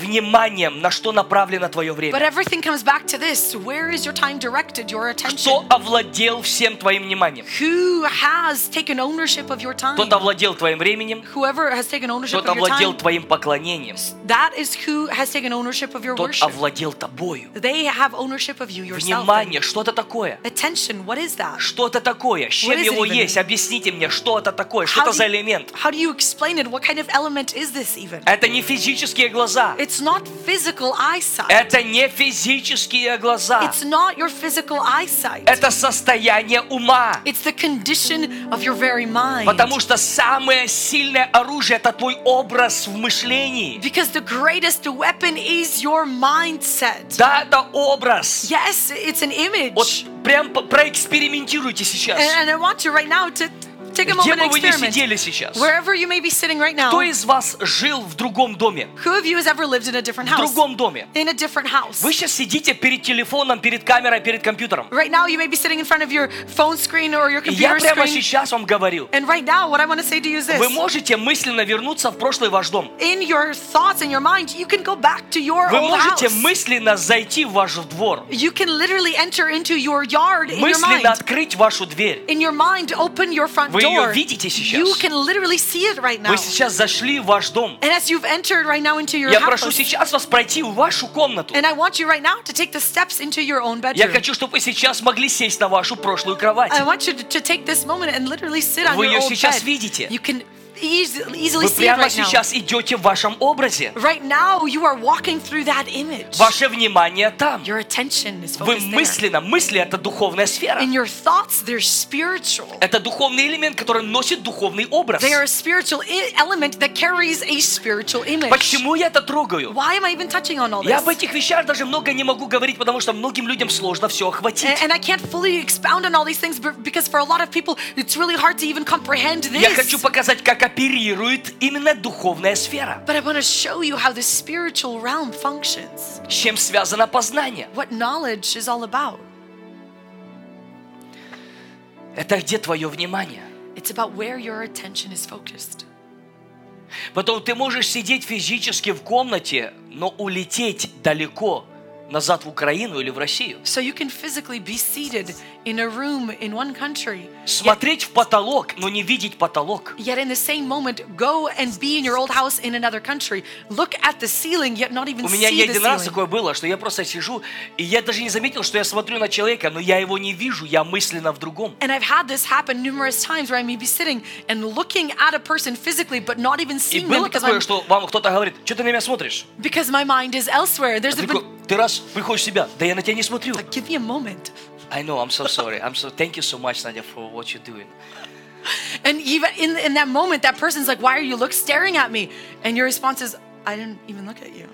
S2: вниманием, на что направлено твое
S3: But
S2: время.
S3: everything comes back to this where is your time directed, your
S2: Кто
S3: attention?
S2: овладел всем твоим вниманием?
S3: Who has taken ownership of your time?
S2: Кто-то овладел твоим временем,
S3: Whoever has taken ownership
S2: кто-то
S3: of your
S2: овладел
S3: time,
S2: твоим поклонением,
S3: that is who has taken ownership of your
S2: тот
S3: worship.
S2: овладел тобою.
S3: They have ownership of you yourself.
S2: Внимание, что это такое?
S3: Attention, what is that?
S2: Что это такое? С
S3: What
S2: чем
S3: is it
S2: его
S3: even?
S2: есть? Объясните мне, что это такое? Что
S3: How
S2: это
S3: do
S2: за
S3: you-
S2: элемент?
S3: How do you explain it? What kind of element is this even?
S2: Это не физические глаза.
S3: It's not physical eyesight.
S2: Это не физические глаза.
S3: It's not your physical eyesight.
S2: Это состояние ума.
S3: It's the condition of your very mind.
S2: Потому что самое сильное оружие – это твой образ в мышлении.
S3: Because the greatest weapon is your mindset.
S2: Да, это образ.
S3: Yes, it's an image.
S2: Вот прям по- проэкспериментируйте сейчас.
S3: And, and I want you right now to take a
S2: Где
S3: moment
S2: бы
S3: and
S2: вы ни
S3: experiment.
S2: сидели сейчас?
S3: Wherever you may be sitting right now,
S2: Кто из вас жил в другом доме?
S3: who of you has ever lived in a different
S2: В
S3: house?
S2: другом доме.
S3: In a different house.
S2: Вы сейчас сидите перед телефоном, перед камерой, перед компьютером.
S3: Right now, you may be sitting in front of your phone screen or your
S2: И я
S3: computer
S2: прямо
S3: screen.
S2: сейчас вам говорю.
S3: And right now, what I want to say to you is
S2: Вы
S3: this.
S2: можете мысленно вернуться в прошлый ваш дом.
S3: In your thoughts and your mind, you can go back to your
S2: Вы
S3: old
S2: можете
S3: house.
S2: мысленно зайти в ваш двор.
S3: You can literally enter into your yard in your mind.
S2: мысленно открыть вашу дверь.
S3: In your mind, open your front
S2: Вы
S3: door.
S2: её видите сейчас?
S3: You can literally see it right now.
S2: Вы сейчас зашли в ваш дом.
S3: And as you've entered right now into your
S2: Я
S3: house,
S2: прошу сейчас вас пройти в вашу комнату.
S3: and I want you right now to take the steps into your own
S2: Я
S3: bedroom.
S2: хочу, чтобы вы сейчас могли сесть на вашу прошлую кровать.
S3: I want you to, to take this moment and literally sit on
S2: Вы
S3: your
S2: её
S3: old
S2: сейчас
S3: bed.
S2: видите.
S3: You can eas- easily
S2: Вы
S3: see it
S2: прямо
S3: right now.
S2: сейчас идете в вашем образе.
S3: Right now, you are walking through that image.
S2: Ваше внимание там.
S3: Your attention is
S2: Вы
S3: focused there.
S2: мысленно, мысли это духовная сфера.
S3: In your thoughts, they're spiritual.
S2: Это духовный элемент, который носит духовный образ.
S3: They are a spiritual I- element that carries a spiritual image.
S2: Почему я это трогаю?
S3: Why am I even touching on all
S2: Я
S3: this?
S2: об этих вещах даже много не могу говорить, потому что многим людям сложно все охватить.
S3: And, and I can't fully expound on all these things but- because for a lot of people, it's really hard to even comprehend this.
S2: Я хочу показать, как оперирует именно духовная сфера.
S3: But I want to show you how the spiritual realm functions,
S2: С чем связано познание?
S3: what knowledge is all about.
S2: Это где твое внимание?
S3: It's about where your attention is focused.
S2: Потом ты можешь сидеть физически в комнате, но улететь далеко назад в Украину или в Россию.
S3: So you can physically be seated in a room in one country,
S2: Смотреть в потолок, но не видеть потолок.
S3: yet in the same moment go and be in your old house in another country. Look at the ceiling, yet not even
S2: У меня не
S3: see the
S2: один раз
S3: ceiling.
S2: такое было, что я просто сижу, и я даже не заметил, что я смотрю на человека, но я его не вижу, я мысленно в другом.
S3: And I've had this happen numerous times where I may be sitting and looking at a person physically, but not even
S2: И
S3: seeing them
S2: было
S3: because,
S2: такое,
S3: I'm-
S2: что вам кто-то говорит, что ты на меня смотришь?
S3: because my mind is elsewhere. There's
S2: Ты,
S3: a
S2: такой,
S3: bit-
S2: ты раз приходишь в себя, да я на тебя не смотрю.
S3: like, give me a moment.
S2: I know, I'm so sorry. I'm so, thank you so much, Nadia, for what you're doing.
S3: And even in, in that moment, that person's like, why are you look staring at me? And your response is, I didn't even look at you.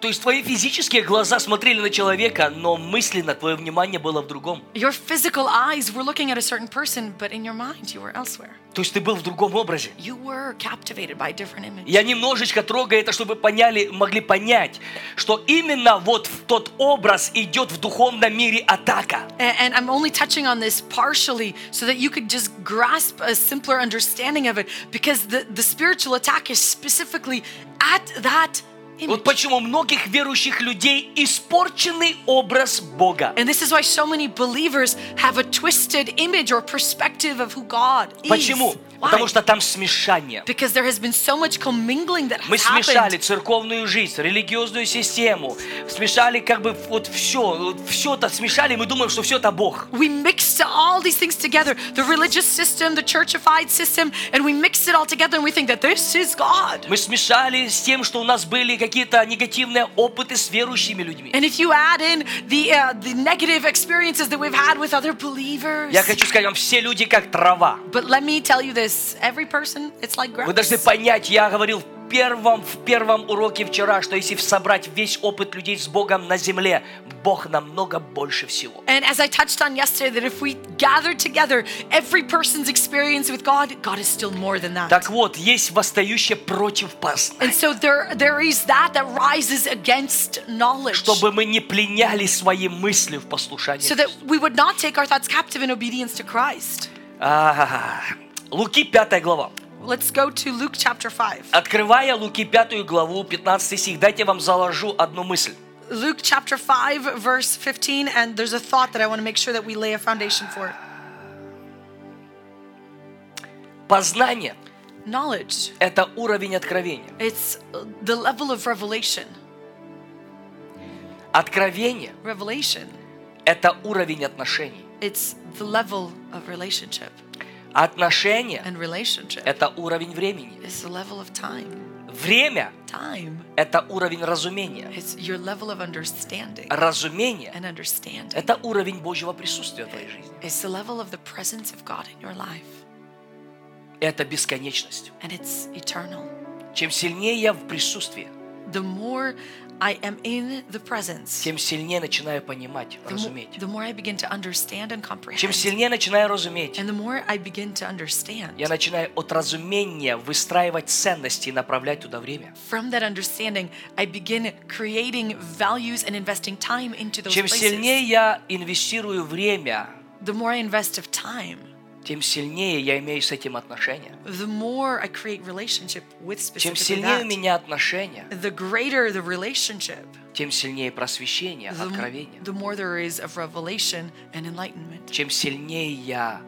S2: То есть твои физические глаза смотрели на человека, но мысленно твое внимание было в другом.
S3: Your physical eyes were looking at a certain person, but in your mind, you were elsewhere.
S2: То есть ты был в другом образе.
S3: You were captivated by a different image.
S2: Я немножечко трогаю это, чтобы поняли, могли понять, что именно вот в тот образ идет в духовном мире атака.
S3: A- And I'm only touching on this partially so that you could just grasp a simpler understanding of it because the, the spiritual attack is specifically at that image.
S2: Вот почему у многих верующих людей испорченный образ Бога.
S3: And this is why so many believers have a twisted image or perspective of who God is.
S2: Почему?
S3: Why?
S2: Потому что там смешание.
S3: because there has been so much commingling that
S2: Мы
S3: has
S2: смешали
S3: happened.
S2: церковную жизнь, религиозную систему, смешали как бы вот все, все это смешали, мы думаем, что все это Бог.
S3: We mixed all these things together the religious system, the churchified system, and we mixed it all together and we think that this is God.
S2: Мы смешали с тем, что у нас были какие-то негативные опыты с верующими людьми.
S3: And if you add in the uh, the negative experiences that we've had with other believers,
S2: Я хочу сказать вам, все люди как трава.
S3: but let me tell you this: every person, it's like grass.
S2: Вы должны понять, я говорил в первом, в первом уроке вчера, что если собрать весь опыт людей с Богом на земле, Бог намного больше всего.
S3: and as I touched on yesterday, that if we gather together every person's experience with God, God is still more than that.
S2: Так вот, есть восстающее против познания.
S3: and so there, there is that that rises against knowledge,
S2: Чтобы мы не пленяли свои мысли в послушании.
S3: so that we would not take our thoughts captive in obedience to Christ.
S2: А, Луки 5 глава.
S3: Let's go to Luke chapter five.
S2: Uh, Открывая Луки 5 главу, 15 стих, дайте я вам заложу одну мысль.
S3: Luke chapter 5, verse 15, and there's a thought that I want to make sure that we lay a foundation for.
S2: Познание
S3: Knowledge.
S2: – это уровень откровения.
S3: It's uh, the level of revelation.
S2: Откровение
S3: Revelation.
S2: – это уровень отношений.
S3: It's the level of relationship.
S2: Отношения –
S3: And relationship
S2: это уровень времени.
S3: is the level of time.
S2: Время
S3: Time.
S2: – это уровень разумения.
S3: It's your level of understanding.
S2: Разумение –
S3: And understanding
S2: это уровень Божьего присутствия в твоей жизни.
S3: is the level of the presence of God in your life.
S2: Это бесконечность.
S3: And it's eternal.
S2: Чем сильнее я в присутствии,
S3: The more I am in the presence,
S2: тем сильнее начинаю понимать,
S3: the, mo-
S2: разуметь.
S3: the more I begin to understand and
S2: Чем
S3: comprehend.
S2: сильнее начинаю разуметь,
S3: And the more I begin to understand,
S2: я начинаю от разумения выстраивать ценности и направлять туда время.
S3: from that understanding, I begin creating values and investing time into those
S2: Чем сильнее
S3: places.
S2: я инвестирую время,
S3: The more I invest of time,
S2: тем сильнее я имею с этим отношения.
S3: the more I create relationship with
S2: Чем
S3: specifically
S2: сильнее у
S3: that.
S2: меня отношения,
S3: The greater the relationship,
S2: тем сильнее просвещение,
S3: the, m-
S2: откровение.
S3: the more there is of revelation and enlightenment.
S2: Чем сильнее я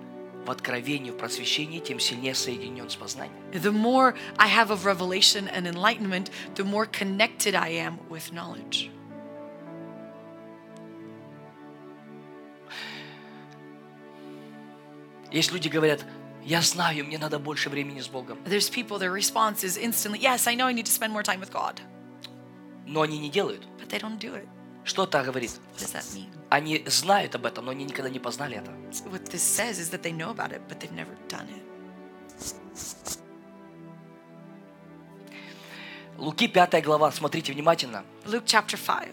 S2: в откровении, в просвещении, тем сильнее соединен с познанием.
S3: The more I have of revelation and enlightenment, the more connected I am with knowledge.
S2: Есть люди говорят, я знаю, мне надо больше времени с Богом.
S3: There's people, their response is instantly, Yes, I know I need to spend more time with God,
S2: Но они не делают.
S3: but they don't do it.
S2: Что это говорит?
S3: What does that mean?
S2: Они знают об этом, но они никогда не познали это.
S3: what this says is that they know about it, but they've never done it.
S2: Луки 5 глава, смотрите внимательно.
S3: Luke chapter 5.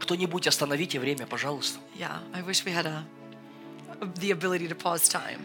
S2: Кто-нибудь остановите время, пожалуйста.
S3: Yeah, I wish we had a the ability to pause time.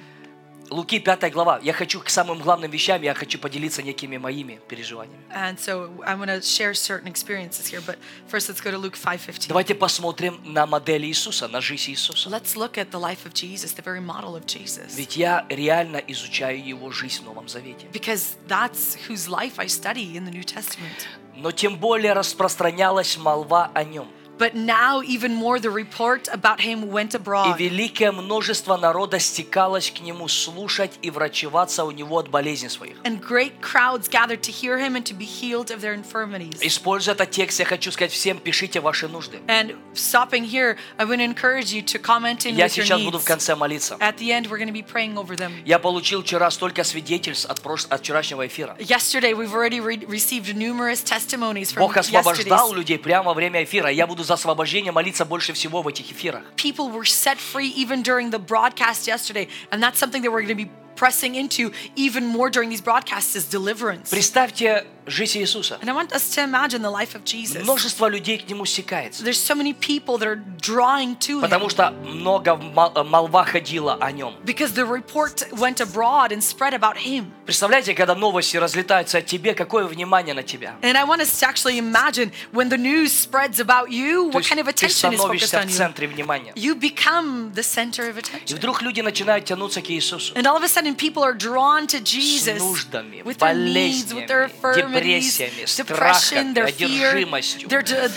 S2: Луки 5 глава. Я хочу к самым главным вещам, я хочу поделиться некими моими переживаниями.
S3: And so I'm going to share certain experiences here, but first let's go to Luke 5:15.
S2: Давайте посмотрим на модель Иисуса, на жизнь Иисуса.
S3: Let's look at the life of Jesus, the very model of Jesus.
S2: Ведь я реально изучаю его жизнь в Новом Завете.
S3: Because that's whose life I study in the New Testament.
S2: Но тем более распространялась молва о нем.
S3: But now even more the report about him went
S2: И
S3: abroad.
S2: великое множество народа стекалось к нему слушать и врачеваться у него от болезней своих.
S3: And great crowds gathered to hear him and to be healed of their infirmities.
S2: Используя этот текст, я хочу сказать всем, пишите ваши нужды.
S3: And stopping here, I would encourage you to comment in
S2: Я
S3: with your
S2: сейчас буду в
S3: needs.
S2: конце молиться.
S3: At the end, we're going to be praying over them.
S2: Я получил вчера столько свидетельств от, прош- от вчерашнего эфира.
S3: Yesterday, we've already re- received numerous testimonies from
S2: Бог освобождал
S3: yesterday's.
S2: людей прямо во время эфира. Я буду за освобождение молиться больше всего в этих эфирах.
S3: People were set free even during the broadcast yesterday, and that's something that we're going to be pressing into even more during these broadcasts is deliverance.
S2: Представьте жизнь Иисуса.
S3: And I want us to imagine the life of Jesus.
S2: Множество людей к нему стекается,
S3: There's so many people that are drawing to
S2: потому
S3: him
S2: что много мол- молва ходила о нем.
S3: because the report went abroad and spread about him.
S2: Представляете, когда новости разлетаются о тебе, какое внимание на тебя?
S3: And I want us to actually imagine when the news spreads about you,
S2: То
S3: what
S2: есть
S3: kind of
S2: ты
S3: attention is focused
S2: становишься
S3: on
S2: в
S3: you.
S2: центре внимания.
S3: You become the center of
S2: И
S3: attention.
S2: вдруг люди начинают тянуться к Иисусу.
S3: And all of a sudden, people are drawn to
S2: С
S3: Jesus
S2: нуждами,
S3: with their needs, with their
S2: болезнями,
S3: infirmities,
S2: депрессиями,
S3: depression,
S2: страхами,
S3: their fear,
S2: одержимостью.
S3: their de- demonic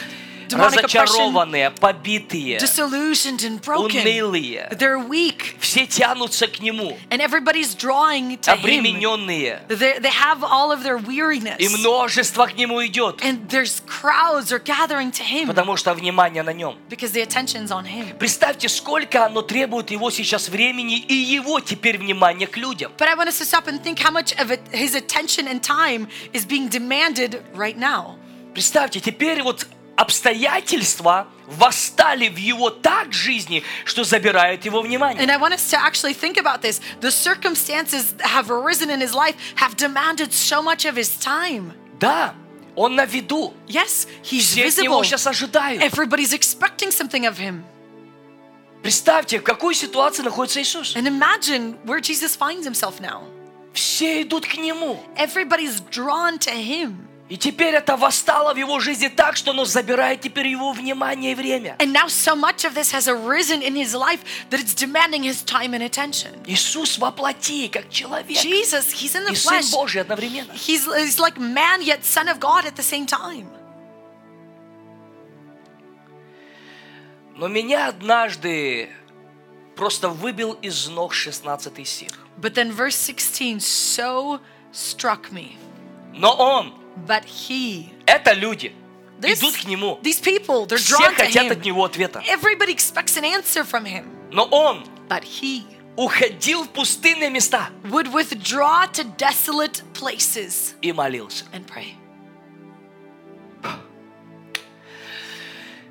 S3: oppression,
S2: Разочарованные, побитые,
S3: disillusioned and broken.
S2: унылые.
S3: They're weak,
S2: Все тянутся к Нему,
S3: and everybody's drawing to Him.
S2: обремененные.
S3: They, they have all of their
S2: И
S3: weariness,
S2: множество к Нему идет,
S3: and there's crowds are gathering to Him
S2: потому что внимание на Нем.
S3: because the attention's on Him.
S2: Представьте, сколько оно требует его сейчас времени и его теперь внимания к людям.
S3: But I want us to stop and think how much of it, his attention and time is being demanded right now.
S2: Представьте, теперь вот обстоятельства восстали в его так жизни, что забирают его внимание.
S3: And I want us to actually think about this. The circumstances that have arisen in his life have demanded so much of his time.
S2: Да, он на виду.
S3: Yes, he's
S2: Все от него
S3: visible.
S2: сейчас ожидают.
S3: Everybody's expecting something of him.
S2: Представьте, в какой ситуации находится Иисус.
S3: And imagine where Jesus finds himself now.
S2: Все идут к Нему.
S3: Everybody's drawn to him.
S2: И теперь это восстало в его жизни так, что оно забирает теперь его внимание и время.
S3: And now so much of this has arisen in his life that it's demanding his time and attention.
S2: Иисус воплоти, как человек.
S3: Jesus, he's in the
S2: И Сын
S3: flesh.
S2: Божий одновременно.
S3: He's, he's like man yet son of God at the same time.
S2: Но меня однажды просто выбил из ног 16 стих.
S3: But then verse 16 so struck me.
S2: Но он,
S3: But he,
S2: это люди,
S3: This-
S2: идут к нему.
S3: these people, they're
S2: Все
S3: drawn to
S2: хотят от
S3: him.
S2: него ответа.
S3: Everybody expects an answer from him.
S2: Но он
S3: But he
S2: уходил в пустынные места
S3: would withdraw to desolate places
S2: и молился.
S3: and pray.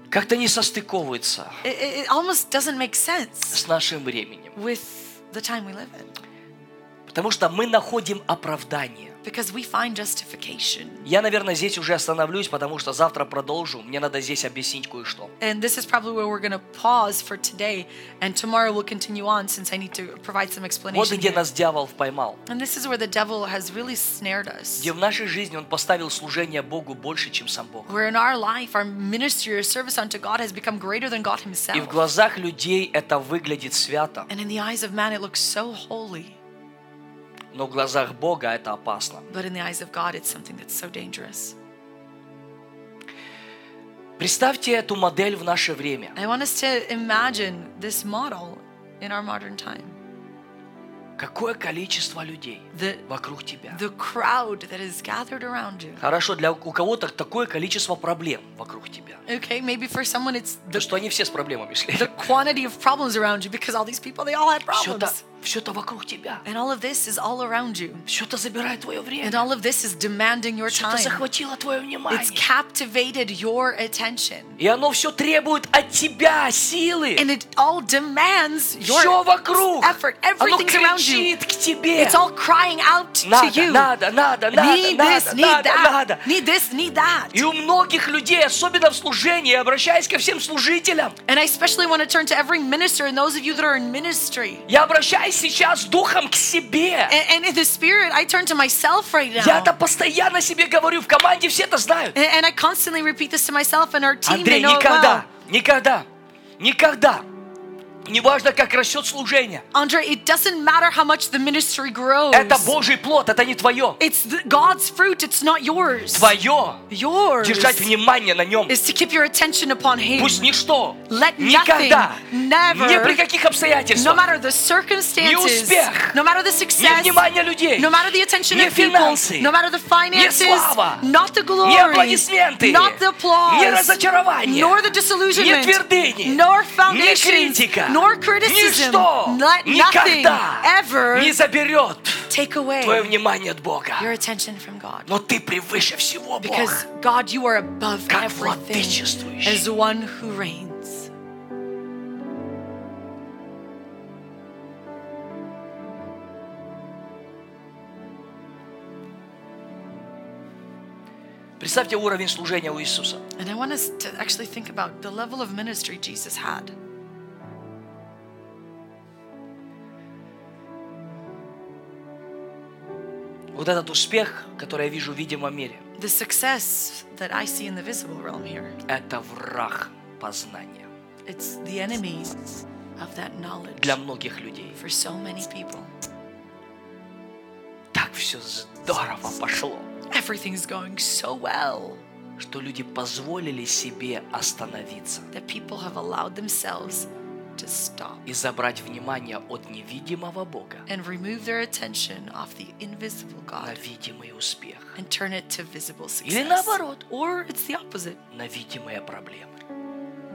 S2: Как-то не состыковывается
S3: It, it- it almost doesn't make sense
S2: с нашим временем.
S3: with the time we live in
S2: Потому что мы находим оправдание.
S3: because we find justification.
S2: Я, наверное, здесь уже остановлюсь, потому что завтра продолжу. Мне надо здесь объяснить кое-что.
S3: And this is probably where we're going to pause for today. And tomorrow we'll continue on since I need to provide some
S2: Вот
S3: explanation.
S2: где
S3: here.
S2: нас дьявол поймал.
S3: And this is where the devil has really snared us.
S2: Где в нашей жизни он поставил служение Богу больше, чем сам Бог.
S3: Where in our life, our ministry or service unto God has become greater than God
S2: И в
S3: Himself.
S2: глазах людей это выглядит свято,
S3: And in the eyes of man, it looks so holy.
S2: но в глазах Бога это опасно.
S3: But in the eyes of God, it's something that's so dangerous.
S2: Представьте эту модель в наше время.
S3: I want us to imagine this model in our modern time
S2: Какое количество людей
S3: the,
S2: вокруг тебя.
S3: the crowd that is gathered around you.
S2: Хорошо, для у кого-то такое количество проблем вокруг тебя.
S3: Okay, maybe for someone, it's
S2: То,
S3: the,
S2: что они все с проблемами шли.
S3: the quantity of problems around you because all these people, they all had
S2: Все-то,
S3: problems.
S2: все-то вокруг тебя.
S3: And all of this is all around you.
S2: Все-то забирает твое
S3: And
S2: время.
S3: all of this is demanding your
S2: Все-то
S3: time.
S2: захватило твое
S3: It's
S2: внимание.
S3: captivated your attention.
S2: И оно все требует от тебя силы.
S3: And it all demands your
S2: Все вокруг.
S3: effort.
S2: Оно
S3: Everything's around you.
S2: кричит к тебе.
S3: It's all crying out to
S2: Надо,
S3: you.
S2: надо, надо, надо,
S3: need this,
S2: надо,
S3: need
S2: надо,
S3: that.
S2: надо.
S3: Need this, need that.
S2: И у многих людей, особенно в служении, я обращаюсь ко всем служителям,
S3: and I especially want to turn to every minister and those of you that are in ministry.
S2: я обращаюсь Взывай сейчас духом к себе.
S3: And, and in the spirit, I turn to myself right now.
S2: Я это постоянно себе говорю, в команде все это знают.
S3: And, and I constantly repeat this to myself and our team. they
S2: Андрей,
S3: know it
S2: никогда,
S3: well.
S2: никогда, никогда, неважно, как растет служение,
S3: Andre, it doesn't matter how much the ministry grows.
S2: это Божий плод, это не твое.
S3: It's the, God's fruit, it's not yours.
S2: Твое
S3: Yours
S2: держать внимание на нем.
S3: is to keep your attention upon Him.
S2: Пусть ничто,
S3: Let
S2: никогда,
S3: nothing, never,
S2: ни при каких
S3: No
S2: обстоятельствах,
S3: matter the circumstances,
S2: успех,
S3: no matter the
S2: ни
S3: success,
S2: внимание людей,
S3: no matter the attention
S2: ни
S3: of people,
S2: финансы,
S3: no matter the finances,
S2: слава,
S3: not the glory,
S2: ни аплодисменты,
S3: not the applause,
S2: ни разочарование,
S3: nor the disillusionment,
S2: ни твердыни,
S3: nor
S2: ни
S3: foundation,
S2: критика,
S3: nor criticism,
S2: ничто
S3: let nothing
S2: никогда
S3: ever
S2: не заберет
S3: take away
S2: твое внимание от Бога.
S3: your attention from God.
S2: Но ты превыше всего, Бог.
S3: Because God, you are above
S2: Как
S3: everything
S2: владычествующий.
S3: as one who reigns.
S2: Представьте уровень служения у Иисуса.
S3: And I want us to actually think about the level of ministry Jesus had.
S2: Вот этот успех, который я вижу в видимом мире,
S3: The success that I see in the visible realm here,
S2: это враг познания
S3: it's the enemy of that knowledge
S2: для многих людей.
S3: for so many people.
S2: Так все здорово пошло,
S3: Everything's going so well
S2: что люди позволили себе остановиться
S3: that people have allowed themselves to stop
S2: и забрать внимание от невидимого Бога
S3: and remove their attention off the invisible
S2: на
S3: God
S2: видимый успех,
S3: and turn it to visible
S2: Или
S3: success.
S2: наоборот.
S3: Or it's the opposite,
S2: на видимые проблемы.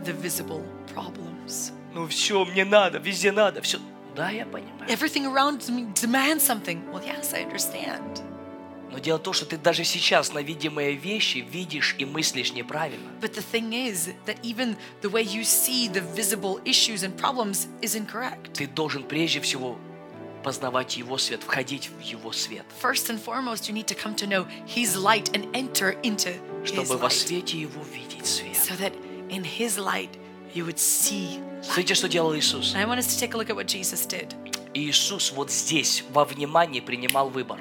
S3: the visible problems.
S2: Ну все, мне надо, везде надо, все. Да, я понимаю.
S3: Everything around me demands something. Well, yes, I understand.
S2: Но дело в том, что ты даже сейчас на видимые вещи видишь и мыслишь неправильно.
S3: But the thing is that even the way you see the visible issues and problems is incorrect.
S2: Ты должен прежде всего познавать Его свет, входить в Его свет,
S3: First and foremost, you need to come to know His light and enter into His
S2: чтобы во
S3: light.
S2: свете Его видеть свет.
S3: So that in His light, you would see.
S2: Смотрите, что делал Иисус.
S3: And I want us to take a look at what Jesus did.
S2: Иисус вот здесь, во внимании, принимал выбор.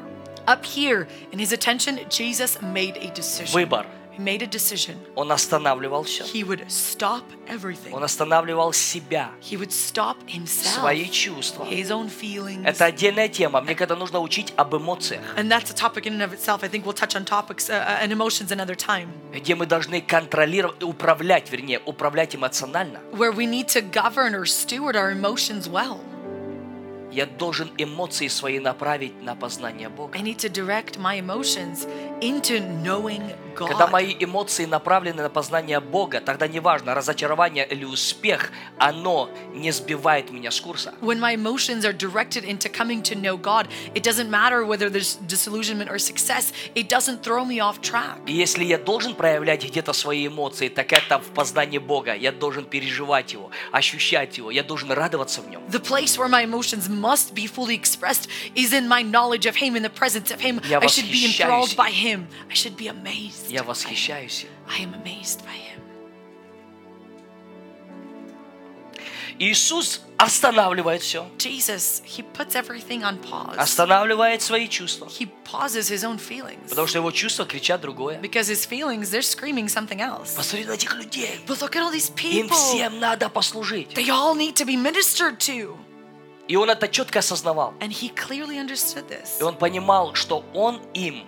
S3: Up here, in His attention, Jesus made a decision.
S2: Выбор.
S3: He made a decision.
S2: Он останавливал все.
S3: He would stop everything.
S2: Он останавливал себя,
S3: He would stop himself,
S2: свои чувства.
S3: his own feelings.
S2: Это отдельная тема. Мне когда нужно учить об эмоциях,
S3: And that's a topic in and of itself. I think we'll touch on topics uh, uh, and emotions another time.
S2: где мы должны контролировать, управлять, вернее, управлять эмоционально.
S3: where we need to govern or steward our emotions well.
S2: Я должен эмоции свои направить на познание Бога.
S3: I need to direct my emotions into knowing
S2: Когда
S3: God.
S2: мои эмоции направлены на познание Бога, тогда неважно, разочарование или успех, оно не сбивает меня с курса.
S3: When my emotions are directed into coming to know God, it doesn't matter whether there's disillusionment or success, it doesn't throw me off track.
S2: И если я должен проявлять где-то свои эмоции, так это в познании Бога. Я должен переживать Его, ощущать Его, я должен радоваться в Нем.
S3: The place where my emotions must be fully expressed is in my knowledge of Him, in the presence of Him.
S2: Я
S3: I should be
S2: восхищаюсь
S3: enthralled
S2: им.
S3: by Him. I should be amazed.
S2: Я
S3: by Him.
S2: восхищаюсь им.
S3: I am amazed by Him.
S2: Иисус останавливает все,
S3: Jesus, He puts everything on pause.
S2: останавливает свои чувства,
S3: He pauses His own feelings.
S2: потому что Его чувства кричат другое.
S3: Because his feelings, they're screaming something else.
S2: Посмотри на этих людей.
S3: But look at all these
S2: Им
S3: people.
S2: всем надо послужить.
S3: They all need to be ministered to.
S2: И Он это четко осознавал.
S3: And he clearly understood this.
S2: И он понимал, что он им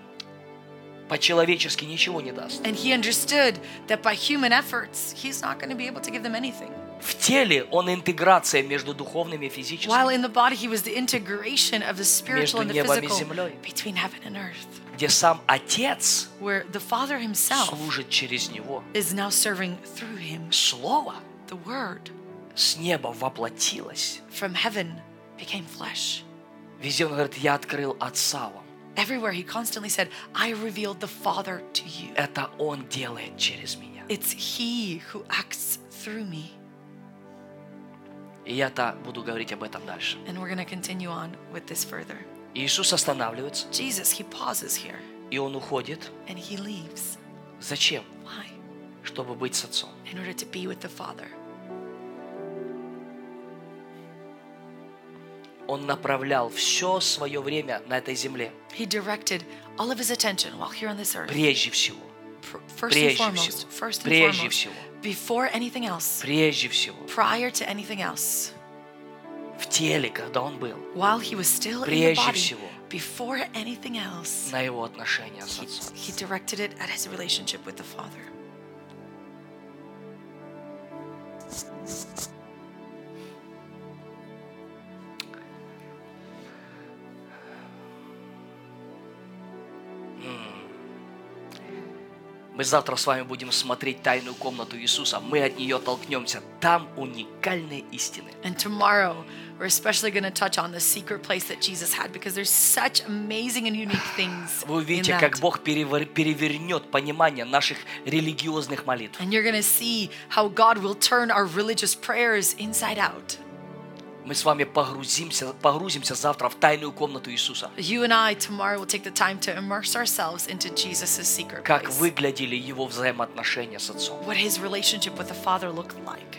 S2: по-человечески ничего не даст.
S3: And he understood that by human efforts, he's not going to be able to give them anything.
S2: В теле он интеграция между духовным и физическим,
S3: While in the body, he was the integration of the spiritual and the
S2: Между небом и
S3: physical
S2: землей.
S3: between heaven and earth,
S2: где сам Отец
S3: where the Father himself
S2: служит через него.
S3: is now serving through him.
S2: Слово
S3: The Word
S2: с неба воплотилось.
S3: from heaven became flesh.
S2: Везде он говорит, я открыл Отца вам.
S3: Everywhere he constantly said, I revealed the Father to you.
S2: Это Он делает через меня.
S3: It's He who acts through me.
S2: И я-то буду говорить об этом дальше.
S3: And we're going to continue on with this further.
S2: Иисус останавливается,
S3: Jesus, He pauses here
S2: и Он уходит.
S3: and He leaves.
S2: Зачем?
S3: Why?
S2: Чтобы быть с Отцом.
S3: In order to be with the Father.
S2: Он направлял все свое время на этой земле.
S3: He directed all of his attention while here on this earth.
S2: Прежде всего.
S3: Pr- First and
S2: прежде
S3: foremost,
S2: всего,
S3: first
S2: прежде
S3: and foremost,
S2: всего.
S3: before anything else,
S2: Прежде всего.
S3: prior to anything else,
S2: В теле, когда он был.
S3: while he was still in the
S2: Прежде
S3: body,
S2: всего.
S3: before anything else,
S2: На его отношения с
S3: he,
S2: отцом.
S3: he directed it at his relationship with the Father.
S2: Мы завтра с вами будем смотреть тайную комнату Иисуса. Мы от нее толкнемся. Там уникальные истины.
S3: And tomorrow, we're especially going to touch on the secret place that Jesus had because there's such amazing and unique things
S2: Вы
S3: in
S2: увидите, как
S3: that.
S2: Бог перевер- перевернет понимание наших религиозных молитв.
S3: And you're going to see how God will turn our religious prayers inside out.
S2: Мы с вами погрузимся, погрузимся завтра в тайную комнату Иисуса.
S3: You and I tomorrow will take the time to immerse ourselves into Jesus' secret
S2: Как
S3: place.
S2: выглядели его взаимоотношения с отцом.
S3: What his relationship with the Father looked like.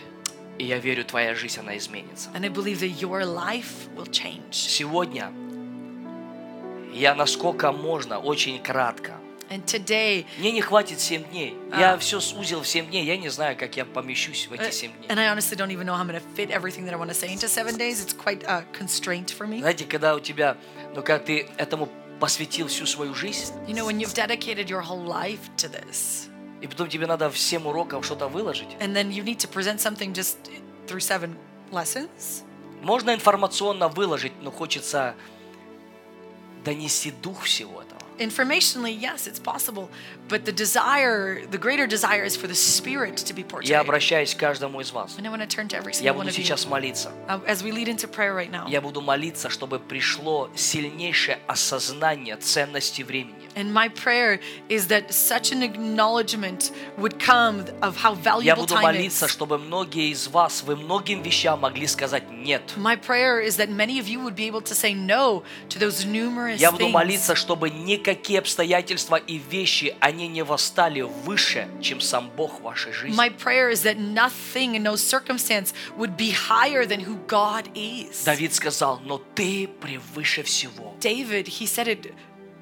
S2: И я верю, твоя жизнь, она изменится.
S3: And I believe that your life will change.
S2: Сегодня я насколько можно, очень кратко.
S3: And today,
S2: Мне не хватит 7 дней.
S3: А. Э,
S2: Я все сузил в 7 дней. Я не знаю, как я помещусь в эти 7 дней.
S3: and I honestly don't even know how I'm going to fit everything that I want to say into seven days. It's quite a constraint for me.
S2: Знаете, когда у тебя, ну, когда ты этому посвятил всю свою жизнь,
S3: You know, when you've dedicated your whole life to this,
S2: и потом тебе надо всем урокам что-то выложить.
S3: and then you need to present something just through seven lessons,
S2: Можно информационно выложить, но хочется донести дух всего этого.
S3: informationally, yes, it's possible. But the desire, the greater desire is for the spirit to be
S2: Я
S3: portrayed.
S2: обращаюсь к каждому из вас.
S3: And I want to turn to every
S2: Я
S3: single one
S2: буду
S3: of you.
S2: сейчас молиться.
S3: Uh, as we lead into prayer right now.
S2: Я буду молиться, чтобы пришло сильнейшее осознание ценности времени.
S3: And my prayer is that such an acknowledgement would come of how
S2: Я
S3: valuable
S2: буду
S3: time
S2: молиться,
S3: is.
S2: чтобы многие из вас, вы многим вещам могли сказать «нет».
S3: My prayer is that many of you would be able to say no to those numerous
S2: Я буду
S3: things.
S2: молиться, чтобы никакие обстоятельства и вещи, они не восстали выше, чем сам Бог в вашей жизни.
S3: My prayer is that nothing and no circumstance would be higher than who God is.
S2: Давид сказал, но ты превыше всего.
S3: David, he said it,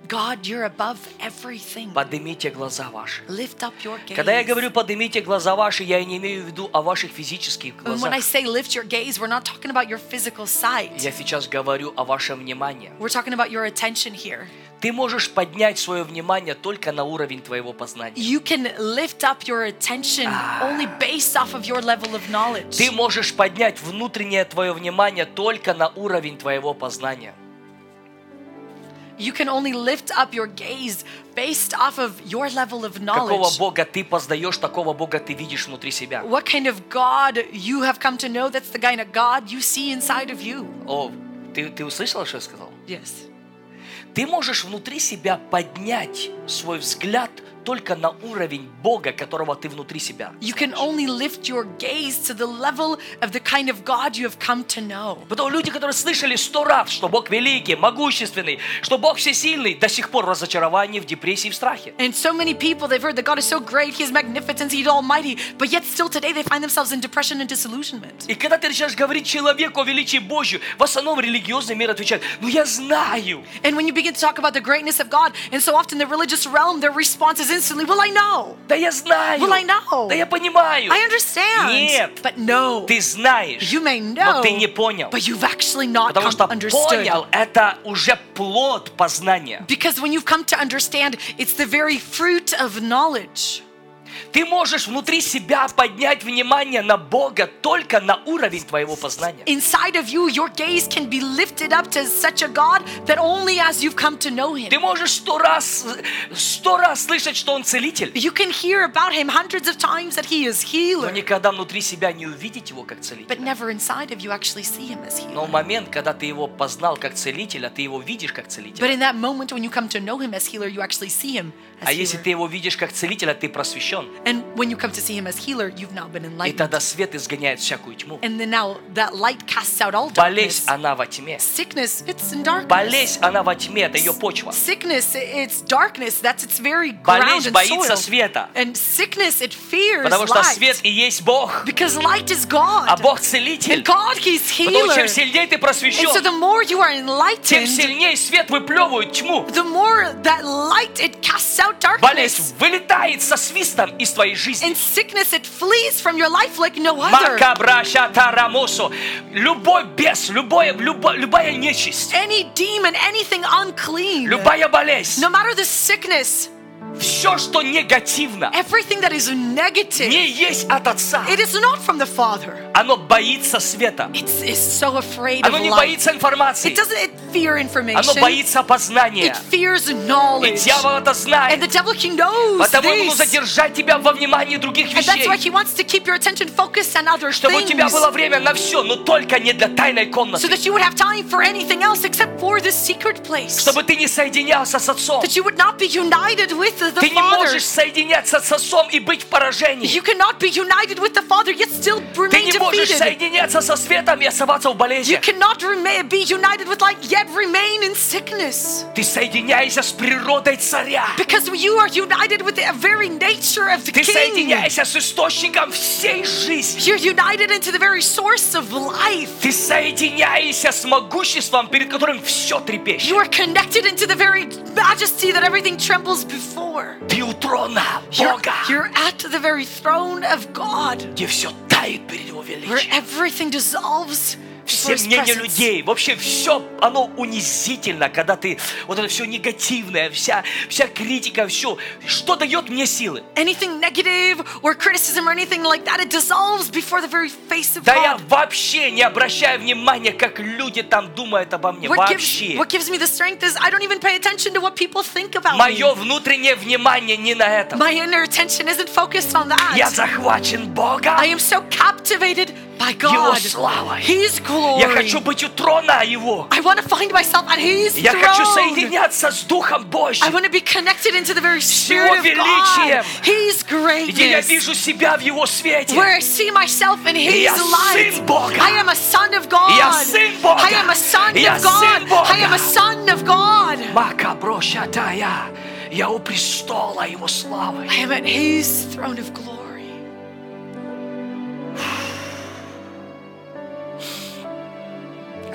S3: God, you're above everything.
S2: Поднимите глаза ваши.
S3: Lift up your gaze.
S2: Когда я говорю «поднимите глаза ваши», я и не имею в виду о ваших физических
S3: and when
S2: глазах.
S3: I say lift your gaze, we're not talking about your physical sight.
S2: Я сейчас говорю о вашем внимании.
S3: We're talking about your attention here.
S2: Ты можешь поднять свое внимание только на уровень твоего познания.
S3: You can lift up your attention only based off of your level of knowledge.
S2: Ты можешь поднять внутреннее твое внимание только на уровень твоего познания.
S3: You can only lift up your gaze based off of your level of
S2: Какого
S3: knowledge.
S2: Бога ты познаешь, такого Бога ты видишь внутри себя.
S3: What kind of God you have come to know, that's the kind of God you see inside of you.
S2: О, ты, ты услышала, что я сказал?
S3: Yes.
S2: Ты можешь внутри себя поднять свой взгляд только на уровень Бога, которого ты внутри себя.
S3: You can only lift your gaze to the level of the kind of God you have come to know.
S2: Потому люди, которые слышали сто раз, что Бог великий, могущественный, что Бог всесильный, до сих пор в разочаровании, в депрессии, в страхе.
S3: And so many people, they've heard that God is so great, He is magnificent, He's almighty, but yet still today they find themselves in depression and disillusionment.
S2: И когда ты начинаешь говорить человеку о величии Божьем, в основном религиозный мир отвечает, ну я знаю,
S3: And when you begin to talk about the greatness of God, and so often the religious realm, their response is instantly, Well, I know.
S2: да я знаю,
S3: Well, I know.
S2: да я понимаю.
S3: I understand.
S2: Нет.
S3: But no.
S2: Ты знаешь,
S3: You may know.
S2: но ты не понял.
S3: But you've actually not
S2: Потому что
S3: come, understood.
S2: понял, это уже плод познания.
S3: Because when you've come to understand, it's the very fruit of knowledge.
S2: Ты можешь внутри себя поднять внимание на Бога только на уровень твоего познания.
S3: Inside of you, your gaze can be lifted up to such a God that only as you've come to know Him.
S2: Ты можешь сто раз, э, сто раз слышать, что Он целитель,
S3: You can hear about Him hundreds of times that He is
S2: но
S3: healer,
S2: никогда внутри себя не увидеть Его как
S3: but
S2: целитель.
S3: never inside of you actually see Him as healer.
S2: Но в момент, когда ты Его познал как целителя, ты Его видишь как целитель.
S3: But in that moment when you come to know Him as healer, you actually see Him as
S2: А если
S3: healer.
S2: ты Его видишь как целителя, ты просвещен.
S3: And when you come to see him as healer, you've now been
S2: И
S3: enlightened.
S2: тогда свет изгоняет всякую тьму.
S3: And then now that light casts out all
S2: Болезнь,
S3: darkness.
S2: она во тьме.
S3: Sickness, it's in darkness.
S2: Болезнь, она во тьме, это ее почва.
S3: Sickness, it's darkness. That's its very ground
S2: Болезнь
S3: and
S2: боится
S3: soil.
S2: света,
S3: And sickness, it fears
S2: потому что
S3: light.
S2: свет и есть Бог,
S3: Because light is God.
S2: а Бог целитель.
S3: And God, He's
S2: Потому
S3: healer.
S2: чем сильнее ты
S3: And so
S2: просвещен,
S3: the more you are
S2: тем
S3: enlightened,
S2: сильнее свет выплевывает тьму.
S3: the more that light, it casts out darkness.
S2: Болезнь вылетает со свистом из твоей жизни.
S3: And sickness, it flees from your life like no other.
S2: Макабра, шата, рамосо. Любой бес, любое, любо- любая нечисть,
S3: Any demon, anything unclean,
S2: любая болезнь,
S3: no matter the sickness,
S2: все, что негативно,
S3: everything that is negative,
S2: не есть от Отца.
S3: it is not from the Father.
S2: Оно боится света.
S3: It's, it's so afraid of
S2: Оно не
S3: light.
S2: боится информации.
S3: It doesn't it fear
S2: Оно
S3: information.
S2: боится познания.
S3: It fears
S2: И
S3: knowledge.
S2: дьявол это
S3: And
S2: знает.
S3: the devil king knows
S2: Потому ему
S3: this.
S2: задержать тебя во внимании других
S3: And that's why
S2: вещей.
S3: he wants to keep your attention focused on other
S2: Чтобы у тебя
S3: things.
S2: было время на все, но только не для тайной
S3: So
S2: комнаты.
S3: that you would have time for anything else except for this secret place.
S2: Чтобы ты не соединялся с отцом.
S3: That you would not be united with the
S2: Ты не
S3: Father.
S2: можешь соединяться с отцом и быть в поражении.
S3: You cannot be united with the Father yet still
S2: Ты
S3: remain
S2: не можешь
S3: defeated.
S2: соединяться со светом и оставаться в
S3: You
S2: болезни.
S3: cannot rema- be united with light yet remain in sickness.
S2: Ты соединяешься с природой царя.
S3: Because you are united with the very nature of the
S2: Ты
S3: King.
S2: соединяешься с источником всей жизни.
S3: You're united into the very source of life.
S2: Ты соединяешься с могуществом, перед которым все трепещет.
S3: You are connected into the very majesty that everything trembles before.
S2: Ты у трона
S3: You're,
S2: Бога,
S3: you're at the very throne of God,
S2: где все тает перед его
S3: where
S2: величием.
S3: everything dissolves. before
S2: Все
S3: His
S2: мнения
S3: presence.
S2: людей, вообще все, оно унизительно, когда ты, вот это все негативное, вся, вся критика, все, что дает мне силы?
S3: Anything negative or criticism or anything like that, it dissolves before the very face of
S2: Да я
S3: God.
S2: вообще не обращаю внимания, как люди там думают обо мне.
S3: What gives,
S2: вообще.
S3: what gives me the strength is I don't even pay attention to what people think about
S2: Мое
S3: me.
S2: внутреннее внимание не на этом.
S3: My inner attention isn't focused on that.
S2: Я захвачен Богом.
S3: I am so captivated by
S2: Его
S3: God.
S2: славой.
S3: His glory.
S2: Я хочу быть у трона Его.
S3: I want to find myself at His
S2: Я
S3: throne.
S2: хочу соединяться с Духом
S3: I
S2: Божьим.
S3: want to be connected into the very spirit of
S2: величием.
S3: God. His
S2: Где я
S3: greatness.
S2: вижу себя в Его
S3: Where
S2: свете.
S3: I see myself in His
S2: Я
S3: light.
S2: сын Бога.
S3: I am a son of God.
S2: Я сын Бога.
S3: I am a son
S2: Я
S3: of
S2: сын
S3: God.
S2: Бога.
S3: I am a son of God.
S2: Макабро шатая. Я у престола Его славы.
S3: I am at His throne of glory.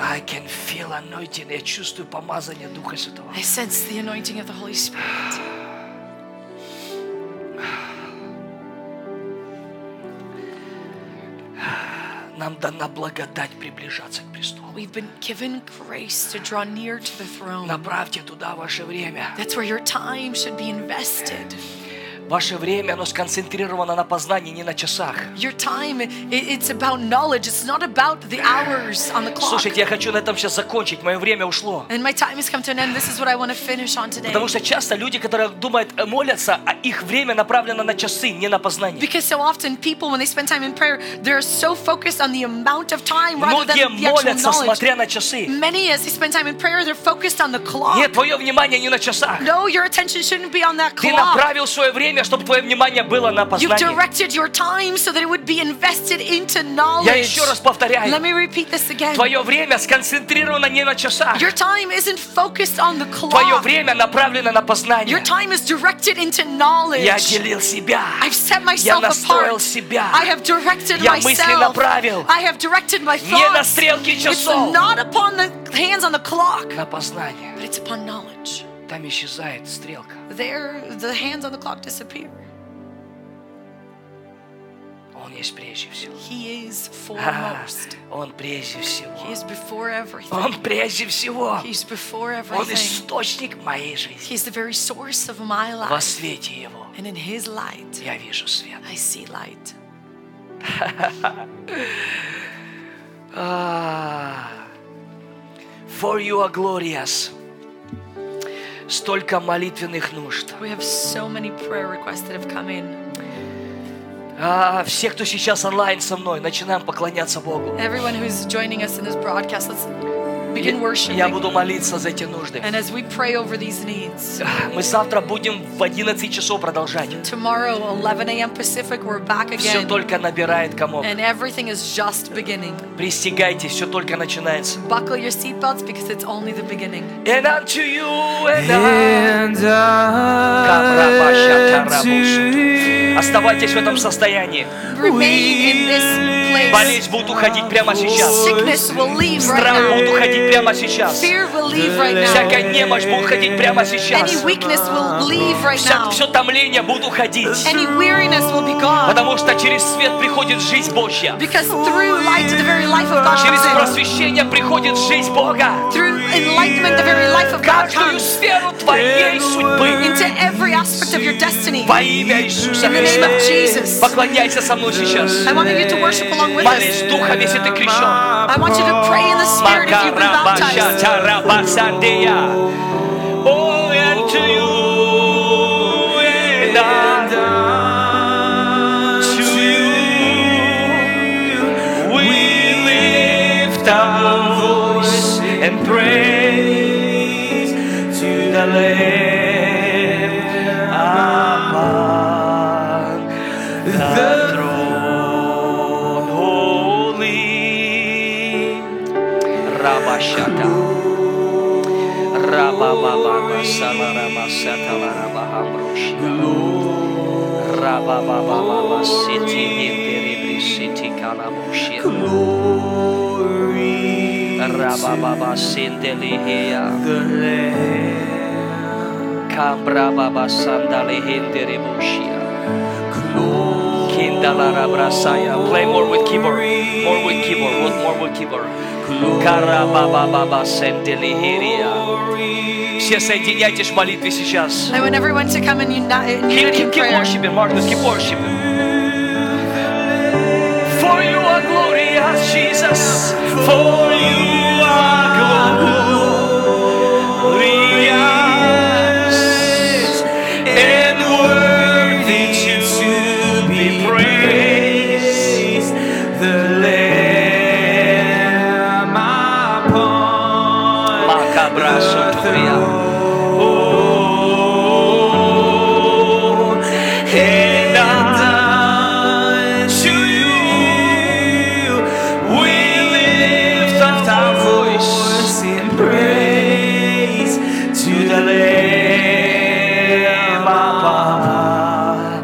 S2: I can feel anointing. Я чувствую помазание Духа Святого.
S3: I sense the anointing of the Holy Spirit.
S2: Нам дана благодать приближаться к престолу.
S3: We've been given grace to draw near to the throne.
S2: Направьте туда ваше время.
S3: That's where your time should be invested.
S2: Ваше время, оно сконцентрировано на познании, не на часах.
S3: Your time, i- it's about knowledge. It's not about the hours on the clock.
S2: Слушайте, я хочу на этом сейчас закончить. Мое время ушло.
S3: And my time has come to an end. This is what I want to finish on today.
S2: Потому что часто люди, которые думают, э, молятся, а их время направлено на часы, не на познание.
S3: Because so often people, when they spend time in prayer, they're so focused on the amount of time rather
S2: Многие
S3: than the actual
S2: молятся,
S3: knowledge.
S2: смотря на часы.
S3: Many, as they spend time in prayer, they're focused on the clock.
S2: Нет, твое внимание не на часах.
S3: No, your attention shouldn't be on that
S2: Ты
S3: clock.
S2: направил свое время, чтобы твое внимание было на
S3: You've
S2: познание.
S3: directed your time so that it would be invested into
S2: Я
S3: knowledge.
S2: еще раз
S3: Let
S2: повторяю.
S3: me repeat this again.
S2: Твое время сконцентрировано не на часах.
S3: Your time isn't focused on the
S2: Твое
S3: clock.
S2: время направлено на познание.
S3: Your time is directed into knowledge.
S2: Я отделил себя.
S3: I've set myself
S2: настроил
S3: apart.
S2: себя.
S3: I have directed
S2: Я мысли
S3: myself.
S2: направил.
S3: I have directed my
S2: Не на
S3: thoughts.
S2: стрелки
S3: It's
S2: часов.
S3: not upon the hands on the clock,
S2: На познание.
S3: but it's upon knowledge.
S2: Там исчезает стрелка.
S3: There, the hands on the clock disappear.
S2: Он есть прежде всего.
S3: He is
S2: А,
S3: foremost.
S2: Он прежде
S3: He
S2: всего.
S3: is before everything.
S2: Он прежде всего.
S3: He's before
S2: Он
S3: everything.
S2: источник моей жизни.
S3: He's the very source of my
S2: Во
S3: life.
S2: свете Его
S3: And in His light,
S2: я вижу свет.
S3: I see light.
S2: А, For you are glorious. Столько молитвенных нужд.
S3: We have so many prayer requests that have come in.
S2: А, все, кто сейчас онлайн со мной, начинаем поклоняться Богу.
S3: Everyone who's joining us in this broadcast, let's begin
S2: Я
S3: worshiping.
S2: буду молиться за эти нужды.
S3: And as we pray over these needs,
S2: Мы завтра будем в 11 часов продолжать.
S3: tomorrow, 11 a.m. Pacific, we're back
S2: Все
S3: again.
S2: только набирает комок.
S3: And everything is just beginning.
S2: Пристегайте, все только начинается.
S3: Buckle your seatbelts because it's only the beginning.
S2: And unto you, and I.
S4: And I do
S2: Оставайтесь в этом состоянии.
S3: Remain in this place.
S2: Болезнь будет уходить прямо сейчас.
S3: Sickness will leave right
S2: Страх будет
S3: now.
S2: уходить прямо сейчас.
S3: Fear will leave right now.
S2: Всякая немощь будет уходить прямо
S3: Any
S2: сейчас.
S3: weakness will leave right
S2: Вся,
S3: now.
S2: все томление будет уходить.
S3: Any weariness will be gone.
S2: Потому что через свет приходит жизнь Божья.
S3: Because through light, the very life of God
S2: Через
S3: comes in.
S2: просвещение приходит жизнь Бога.
S3: Through enlightenment, the very life of God
S2: Каждую
S3: comes
S2: сферу твоей судьбы
S3: into every aspect of your destiny.
S2: во имя Иисуса
S3: In the name
S2: Христа.
S3: of Jesus.
S2: Поклоняйся со мной сейчас.
S3: I want you to worship along with
S2: Молись
S3: us.
S2: духом, если ты крещен.
S3: I want you to pray in the Spirit if you've been baptized.
S2: Макарабашатарабасандия. Oh, and to you, and unto you we lift our voice and praise to the Lamb upon the throne holy. Рабашата. Рабабабаба, салараба, саталараба, абрушка. Рабабабаба, сити, нитирибри, сити, калабуши. Рабабаба, синделихия. Камбрабаба, сандалихиндирибушия. Kindalabrasaya. Play more with keyboard. More with keyboard. With more with keyboard. Карабабабаба сенделихирия. Все соединяйтесь в молитве сейчас.
S3: I want everyone to come and unite in
S2: Keep,
S3: unity in
S2: keep, keep
S3: prayer.
S2: worshiping, Marcus. Keep worshiping. For you are glorious, Jesus. For you are glorious and worthy to be praised. The Lamb upon Macabrasso and unto you we lift up our voice in praise to the Lamb upon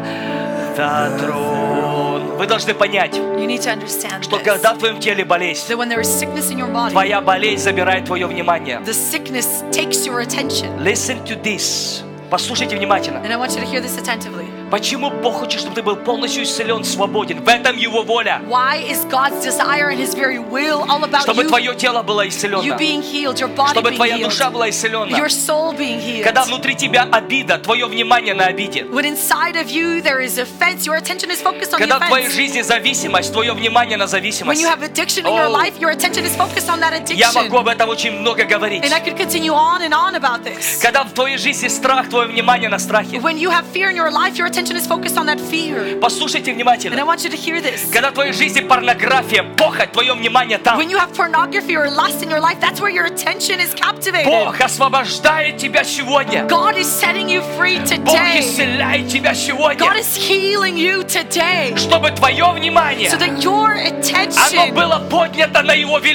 S2: the throne. Вы должны понять,
S3: You need to understand
S2: что
S3: this,
S2: когда в твоем теле болезнь,
S3: that when there is sickness in your body,
S2: твоя болезнь забирает твое внимание.
S3: the sickness takes your attention.
S2: Listen to this. Послушайте внимательно.
S3: And I want you to hear this attentively.
S2: Почему Бог хочет, чтобы ты был полностью исцелен, свободен? В этом Его воля.
S3: Why is God's desire and His very will all about
S2: Чтобы
S3: you,
S2: твое тело было
S3: you
S2: исцелено.
S3: being healed, your body
S2: Чтобы твоя
S3: being
S2: душа
S3: healed,
S2: была исцелена.
S3: your soul being healed?
S2: Когда внутри тебя обида, твое внимание на обиде.
S3: When inside of you there is offense, your attention is focused on the
S2: Когда в твоей
S3: offense.
S2: жизни зависимость, твое внимание на
S3: When
S2: зависимость.
S3: you have addiction in your
S2: Oh.
S3: life, your attention is focused on that
S2: Я могу
S3: addiction.
S2: об этом очень много говорить.
S3: And I could continue on and on about this.
S2: Когда в твоей жизни страх, твое внимание на страхе.
S3: When you have fear in your life, your attention is focused on that fear.
S2: Послушайте
S3: And I
S2: внимательно.
S3: want you to hear this.
S2: Когда в твоей жизни порнография, похоть, твое внимание
S3: When
S2: там.
S3: you have pornography or lust in your life, that's where your attention is captivated.
S2: Бог освобождает тебя сегодня.
S3: God is setting you free
S2: Бог
S3: today.
S2: исцеляет тебя сегодня.
S3: God is healing you today.
S2: чтобы твое внимание,
S3: So that your
S2: оно
S3: attention,
S2: было поднято на Его
S3: it would be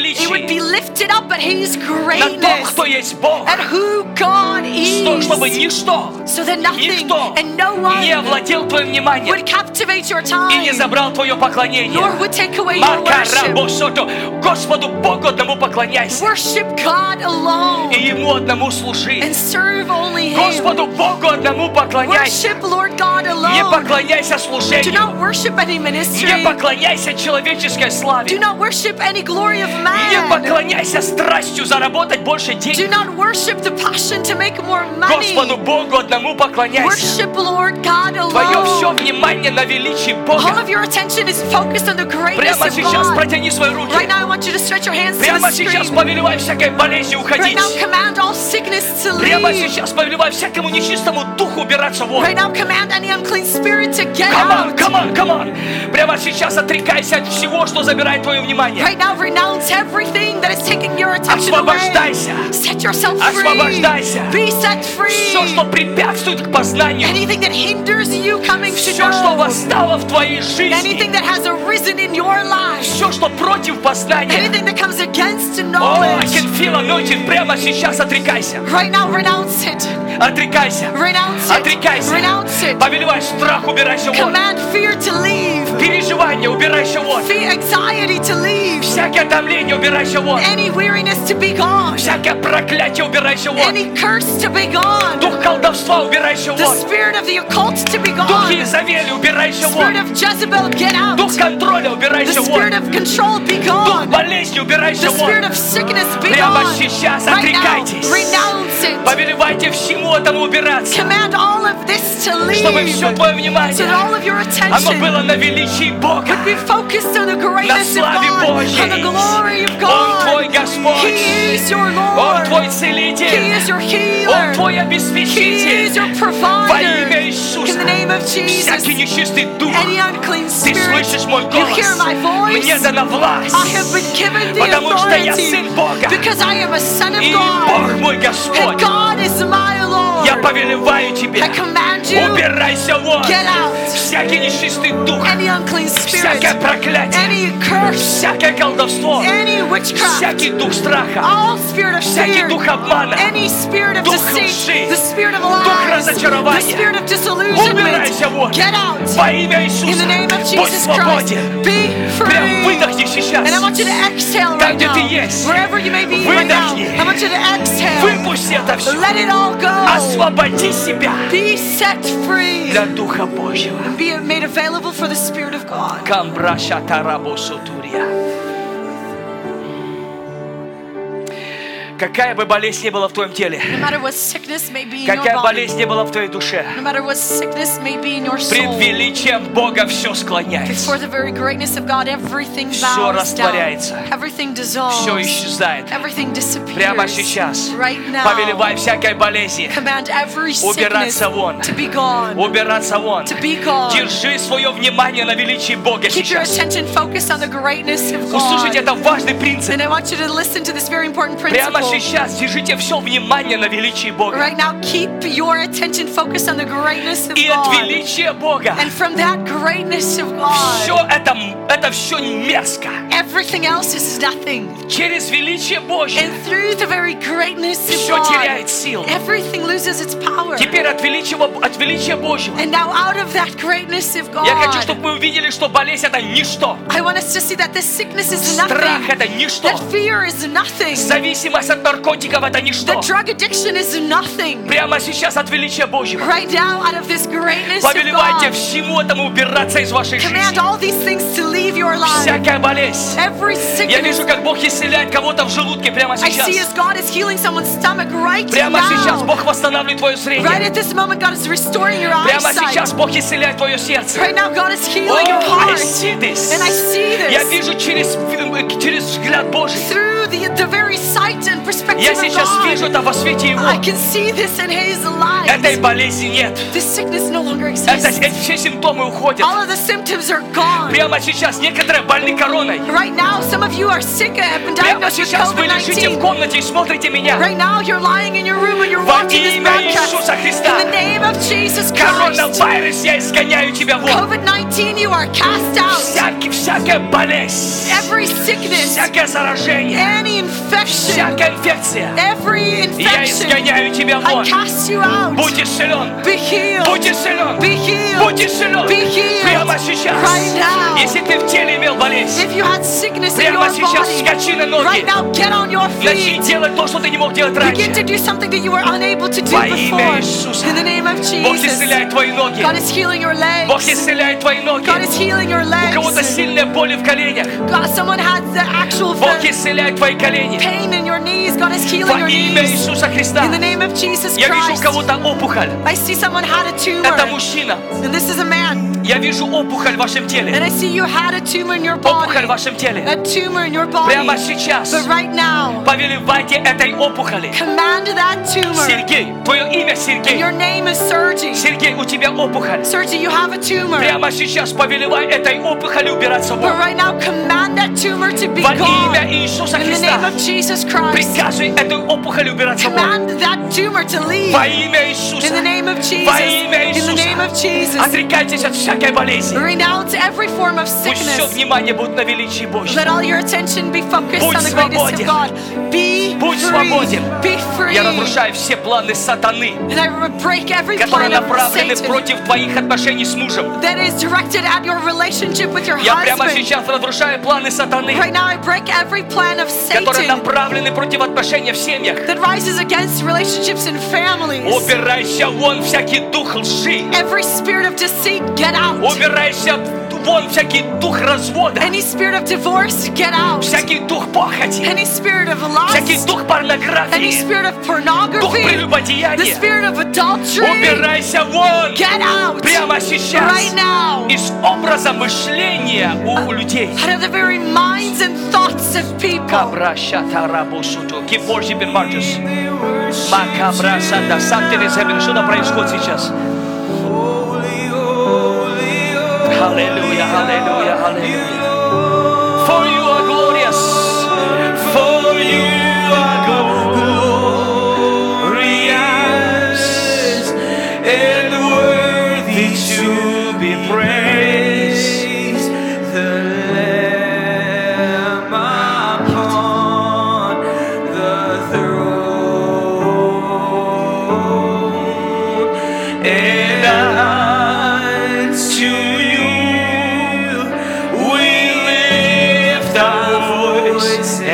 S2: величие,
S3: lifted up at His
S2: на то,
S3: greatness
S2: кто есть Бог,
S3: and who God
S2: что,
S3: is.
S2: чтобы ничто,
S3: So that nothing
S2: никто
S3: and no
S2: не
S3: one
S2: овладел твоим вниманием
S3: would captivate your
S2: и не
S3: time,
S2: забрал твое
S3: nor
S2: поклонение.
S3: would take away your worship.
S2: Макарабосото. Господу Богу одному поклоняйся
S3: Worship God alone
S2: и Ему одному служи.
S3: and serve only Him.
S2: Господу Богу одному поклоняйся.
S3: Worship Lord God
S2: Не
S3: alone.
S2: поклоняйся
S3: Do
S2: служению.
S3: not worship any
S2: Не
S3: ministry.
S2: поклоняйся человеческой
S3: Do
S2: славе.
S3: not worship any glory of
S2: Не
S3: man.
S2: поклоняйся страстью заработать больше денег.
S3: Do not worship the passion to make more about money.
S2: Господу Богу одному поклоняйся.
S3: Worship Lord God
S2: Твое все
S3: alone.
S2: внимание на величии
S3: All
S2: Бога.
S3: of your attention is focused on the greatness
S2: Прямо
S3: of
S2: сейчас
S3: God.
S2: протяни свои руки.
S3: Right now, I want you to stretch your hands to
S2: Прямо
S3: the
S2: сейчас
S3: screen.
S2: повелевай всякой болезни
S3: Right
S2: уходить.
S3: now, command all sickness to
S2: Прямо
S3: leave.
S2: сейчас повелевай всякому нечистому духу убираться вон.
S3: Right now, command any unclean spirit to get
S2: Камон,
S3: out.
S2: камон, камон. Прямо сейчас отрекайся от всего, что забирает твое внимание.
S3: Right now, renounce everything that is taking your attention away.
S2: Освобождайся.
S3: Set yourself free.
S2: Освобождайся.
S3: Be set free.
S2: Все, что препятствует к познанию.
S3: Anything that hinders you coming to
S2: Все, что
S3: know.
S2: восстало в твоей
S3: Anything
S2: жизни.
S3: that has arisen in your life.
S2: Все, что против познания.
S3: Anything that comes against
S2: О, Oh, I
S3: knowledge.
S2: can feel anointed. Прямо сейчас отрекайся.
S3: Right now, renounce it.
S2: Отрекайся.
S3: Renounce it.
S2: Отрекайся.
S3: Renounce it.
S2: Повелевай страх, убирайся вон.
S3: Command fear to leave.
S2: Переживание, убирайся вон.
S3: Fear, anxiety to leave.
S2: Всякое давление, убирайся вон.
S3: Any weariness to be gone.
S2: Всякое проклятие, убирайся вон.
S3: Any curse to be gone.
S2: Дух колдовства, убирайся
S3: The
S2: вон.
S3: spirit of the occult to be
S2: Дух
S3: gone.
S2: Иезавели, убирайся
S3: Spirit
S2: вон.
S3: of Jezebel, get out.
S2: Дух контроля,
S3: The
S2: убирайся
S3: spirit
S2: вон.
S3: of control, be
S2: Дух
S3: gone.
S2: болезни, убирайся
S3: The spirit
S2: вон.
S3: of sickness, be
S2: Прямо
S3: gone.
S2: сейчас
S3: Right now,
S2: отрекайтесь.
S3: renounce it.
S2: Повелевайте всему этому убираться,
S3: Command all of this to
S2: чтобы
S3: leave.
S2: все твое
S3: So that all
S2: внимание,
S3: of your
S2: оно
S3: attention
S2: было на величии Бога.
S3: would be focused on the
S2: На
S3: greatness of
S2: славе
S3: God, on the
S2: Божьей.
S3: glory of
S2: Он твой
S3: God. He
S2: Господь.
S3: is your
S2: Он
S3: Lord.
S2: твой
S3: He
S2: целитель.
S3: is your
S2: Он
S3: healer.
S2: твой
S3: He is
S2: обеспечитель.
S3: your
S2: Во
S3: provider.
S2: имя
S3: In the
S2: Иисуса.
S3: name of Jesus,
S2: Всякий нечистый дух.
S3: any unclean
S2: Ты
S3: spirit,
S2: слышишь мой
S3: you hear my
S2: голос. Мне
S3: voice.
S2: дана
S3: I have been
S2: власть.
S3: given the
S2: Потому что я
S3: authority
S2: сын Бога.
S3: because I am a son of
S2: И
S3: God.
S2: Бог мой
S3: And
S2: Господь.
S3: God is my
S2: Я
S3: Lord.
S2: повелеваю тебе.
S3: I command you,
S2: Убирайся вон.
S3: get out.
S2: Всякий нечистый дух.
S3: Any unclean spirit,
S2: Всякое проклятие.
S3: any curse,
S2: Всякое колдовство.
S3: any witchcraft,
S2: Всякий дух страха.
S3: all spirit of
S2: Всякий
S3: fear,
S2: дух обмана,
S3: any spirit of
S2: дух
S3: deceit,
S2: лжи,
S3: the spirit of
S2: дух
S3: lies, the
S2: разочарования.
S3: spirit of
S2: Убирайся вон.
S3: disillusionment, get out.
S2: Во имя
S3: In the
S2: Иисуса.
S3: name of
S2: Будь
S3: Jesus Christ,
S2: свободен.
S3: be
S2: Прям
S3: free.
S2: выдохни сейчас.
S3: And I want you to exhale
S2: Там,
S3: right
S2: где
S3: now.
S2: ты есть,
S3: Wherever you may be right now,
S2: выдохни.
S3: I want you to exhale.
S2: Выпусти это все.
S3: Let it all go.
S2: Освободи себя
S3: Be set free.
S2: для Духа Божьего.
S3: Be made available for the Spirit of God.
S2: Камбраша тарабосутурия. Какая бы болезнь ни была в твоем теле,
S3: No matter what sickness may be in your
S2: какая
S3: body,
S2: болезнь ни была в твоей душе,
S3: no matter what sickness may be in your
S2: пред
S3: soul,
S2: величием Бога все
S3: before
S2: склоняется,
S3: the very greatness of God, everything
S2: Всё
S3: bows down.
S2: растворяется.
S3: Everything
S2: все
S3: dissolves.
S2: исчезает.
S3: Everything disappears.
S2: Прямо сейчас
S3: Right now.
S2: повелевай всякой болезни
S3: Command every sickness
S2: убираться вон,
S3: to be gone.
S2: убираться вон.
S3: To be gone.
S2: Держи свое внимание на величии Бога
S3: Keep your
S2: сейчас.
S3: attention focused on the greatness of
S2: Услышите,
S3: God.
S2: это важный принцип.
S3: And I want you to listen to this very important
S2: Прямо
S3: principle.
S2: сейчас держите все внимание на величии Бога.
S3: Right now, keep your attention focused on the greatness of
S2: И от
S3: God.
S2: величия Бога
S3: And from that greatness of God,
S2: Все это, это все мерзко.
S3: everything else is nothing.
S2: Через величие Божье
S3: And through the very greatness of
S2: все теряет
S3: God,
S2: сил.
S3: everything loses its power.
S2: Теперь от величия, от величия Божьего
S3: And now, out of that greatness of
S2: я хочу,
S3: God,
S2: чтобы мы увидели, что болезнь это ничто.
S3: I want us to see that this sickness is
S2: Страх
S3: nothing,
S2: это ничто.
S3: that fear is nothing,
S2: Зависимость от наркотиков это ничто.
S3: that drug addiction is nothing.
S2: Прямо сейчас от величия Божьего.
S3: Right now, out of this greatness of
S2: Повелевайте
S3: God,
S2: всему этому убираться из вашей
S3: command
S2: жизни.
S3: all these things to leave your life.
S2: Всякая болезнь.
S3: Every
S2: Я
S3: sickness
S2: вижу, как Бог исцеляет кого-то в желудке прямо
S3: I see
S2: сейчас.
S3: as God is healing someone's stomach right
S2: Прямо сейчас
S3: now.
S2: Бог восстанавливает твое
S3: Right
S2: зрение.
S3: at this moment, God is restoring your
S2: Прямо
S3: eyesight.
S2: сейчас Бог исцеляет твое сердце.
S3: Right now, God is
S2: О,
S3: healing your
S2: I
S3: heart.
S2: see this.
S3: And I see this.
S2: Я вижу через, э, через взгляд Божий.
S3: Through the, the very sight and perspective
S2: Я
S3: of
S2: сейчас вижу
S3: God,
S2: это во свете
S3: I
S2: Его.
S3: can see this in His
S2: Этой
S3: life.
S2: болезни нет.
S3: This sickness no longer
S2: Это,
S3: exists.
S2: эти все симптомы уходят.
S3: All of the symptoms are gone.
S2: Прямо сейчас некоторые больны короной.
S3: Right now, some of you are sick and have been
S2: Прямо
S3: diagnosed with
S2: сейчас вы лежите в
S3: COVID-19.
S2: комнате и смотрите меня.
S3: Right now, you're lying in your room and you're
S2: Во
S3: watching this
S2: имя
S3: broadcast.
S2: Иисуса
S3: In the
S2: Христа.
S3: name of Jesus Christ,
S2: Коронавирус, я изгоняю тебя вон.
S3: COVID-19, you are cast out.
S2: Всякий, всякая болезнь,
S3: every sickness,
S2: всякое заражение,
S3: any infection,
S2: всякая инфекция,
S3: every
S2: я
S3: infection,
S2: изгоняю тебя
S3: I
S2: вон.
S3: cast you out.
S2: Будь исцелен.
S3: Be healed.
S2: Будь исцелен.
S3: Be healed.
S2: Будь исцелен.
S3: Be healed.
S2: Прямо сейчас.
S3: Right now.
S2: Если ты в теле имел болезнь,
S3: If you had sickness in your
S2: прямо сейчас
S3: body,
S2: скачи на
S3: right
S2: ноги.
S3: now get on your
S2: Начни
S3: feet.
S2: делать то, что ты не мог делать
S3: Begin to
S2: раньше.
S3: do something that you were unable to do
S2: Во имя Иисуса.
S3: before. In the name of
S2: Бог
S3: Jesus,
S2: исцеляет твои ноги.
S3: God is healing your
S2: Бог
S3: legs.
S2: исцеляет твои ноги.
S3: God is healing your
S2: У кого-то
S3: legs.
S2: сильные боли в коленях.
S3: God, someone had the actual
S2: Бог
S3: the
S2: исцеляет твои колени.
S3: Pain in your knees, God is healing
S2: Во
S3: your
S2: имя
S3: knees.
S2: Иисуса Христа.
S3: In the name of Jesus
S2: Я вижу у
S3: Christ,
S2: кого-то опухоль.
S3: I see someone had a
S2: Это
S3: tumor,
S2: мужчина.
S3: and this is a man,
S2: Я вижу опухоль в вашем
S3: and
S2: теле.
S3: I see you had a tumor in your
S2: Опухоль в
S3: body,
S2: вашем теле.
S3: a tumor in your body.
S2: Прямо сейчас
S3: But right now,
S2: повелевайте этой опухоли.
S3: command that tumor.
S2: Сергей, твое имя Сергей.
S3: Your name is Sergi.
S2: Сергей, у тебя опухоль.
S3: Sergi, you have a tumor.
S2: Прямо сейчас повелевай этой опухоли убираться
S3: But
S2: вон.
S3: right now, command that tumor to be
S2: Во
S3: gone.
S2: имя Иисуса
S3: In the name
S2: Христа.
S3: of Jesus Christ,
S2: Приказывай этой опухоли убираться вон.
S3: command that tumor to leave.
S2: Во имя Иисуса.
S3: In the name of Jesus.
S2: Во имя
S3: In the name of
S2: Иисуса.
S3: Jesus.
S2: Отрекайтесь от всякой болезни.
S3: Renounce every form of
S2: Пусть все
S3: sickness.
S2: внимание будет на величии Божьем.
S3: Let all your attention be focused
S2: Будь
S3: on the greatness
S2: свободен.
S3: of God. Be
S2: Будь свободен.
S3: free. Be free.
S2: Я разрушаю все планы сатаны,
S3: And I break every
S2: которые
S3: plan of
S2: направлены
S3: Satan
S2: против твоих отношений с мужем.
S3: that is directed at your relationship with your
S2: Я прямо
S3: husband.
S2: сейчас разрушаю планы
S3: Right
S2: сатаны,
S3: now, I break every plan of
S2: которые
S3: Satan
S2: направлены против отношений в семьях.
S3: that rises against relationships and
S2: Oh,
S3: families.
S2: Убирайся вон всякий дух лжи.
S3: Every spirit of deceit, get out.
S2: Убирайся вон всякий дух развода.
S3: Any spirit of divorce, get out.
S2: Всякий дух похоти.
S3: Any spirit of
S2: Всякий
S3: lust,
S2: дух
S3: any
S2: порнографии.
S3: spirit of
S2: Дух
S3: pornography, the
S2: прелюбодеяния.
S3: spirit of adultery,
S2: Убирайся вон
S3: get out
S2: прямо сейчас
S3: right now
S2: из образа мышления у людей.
S3: out of the very minds and thoughts of people.
S2: Кабра шата рабу суту. Keep worshiping, Marcus. Макабра сата. Сам тебе зебен. Что-то происходит сейчас. Hallelujah, hallelujah, hallelujah. For you are glorious. For you are glorious. And worthy to be praised.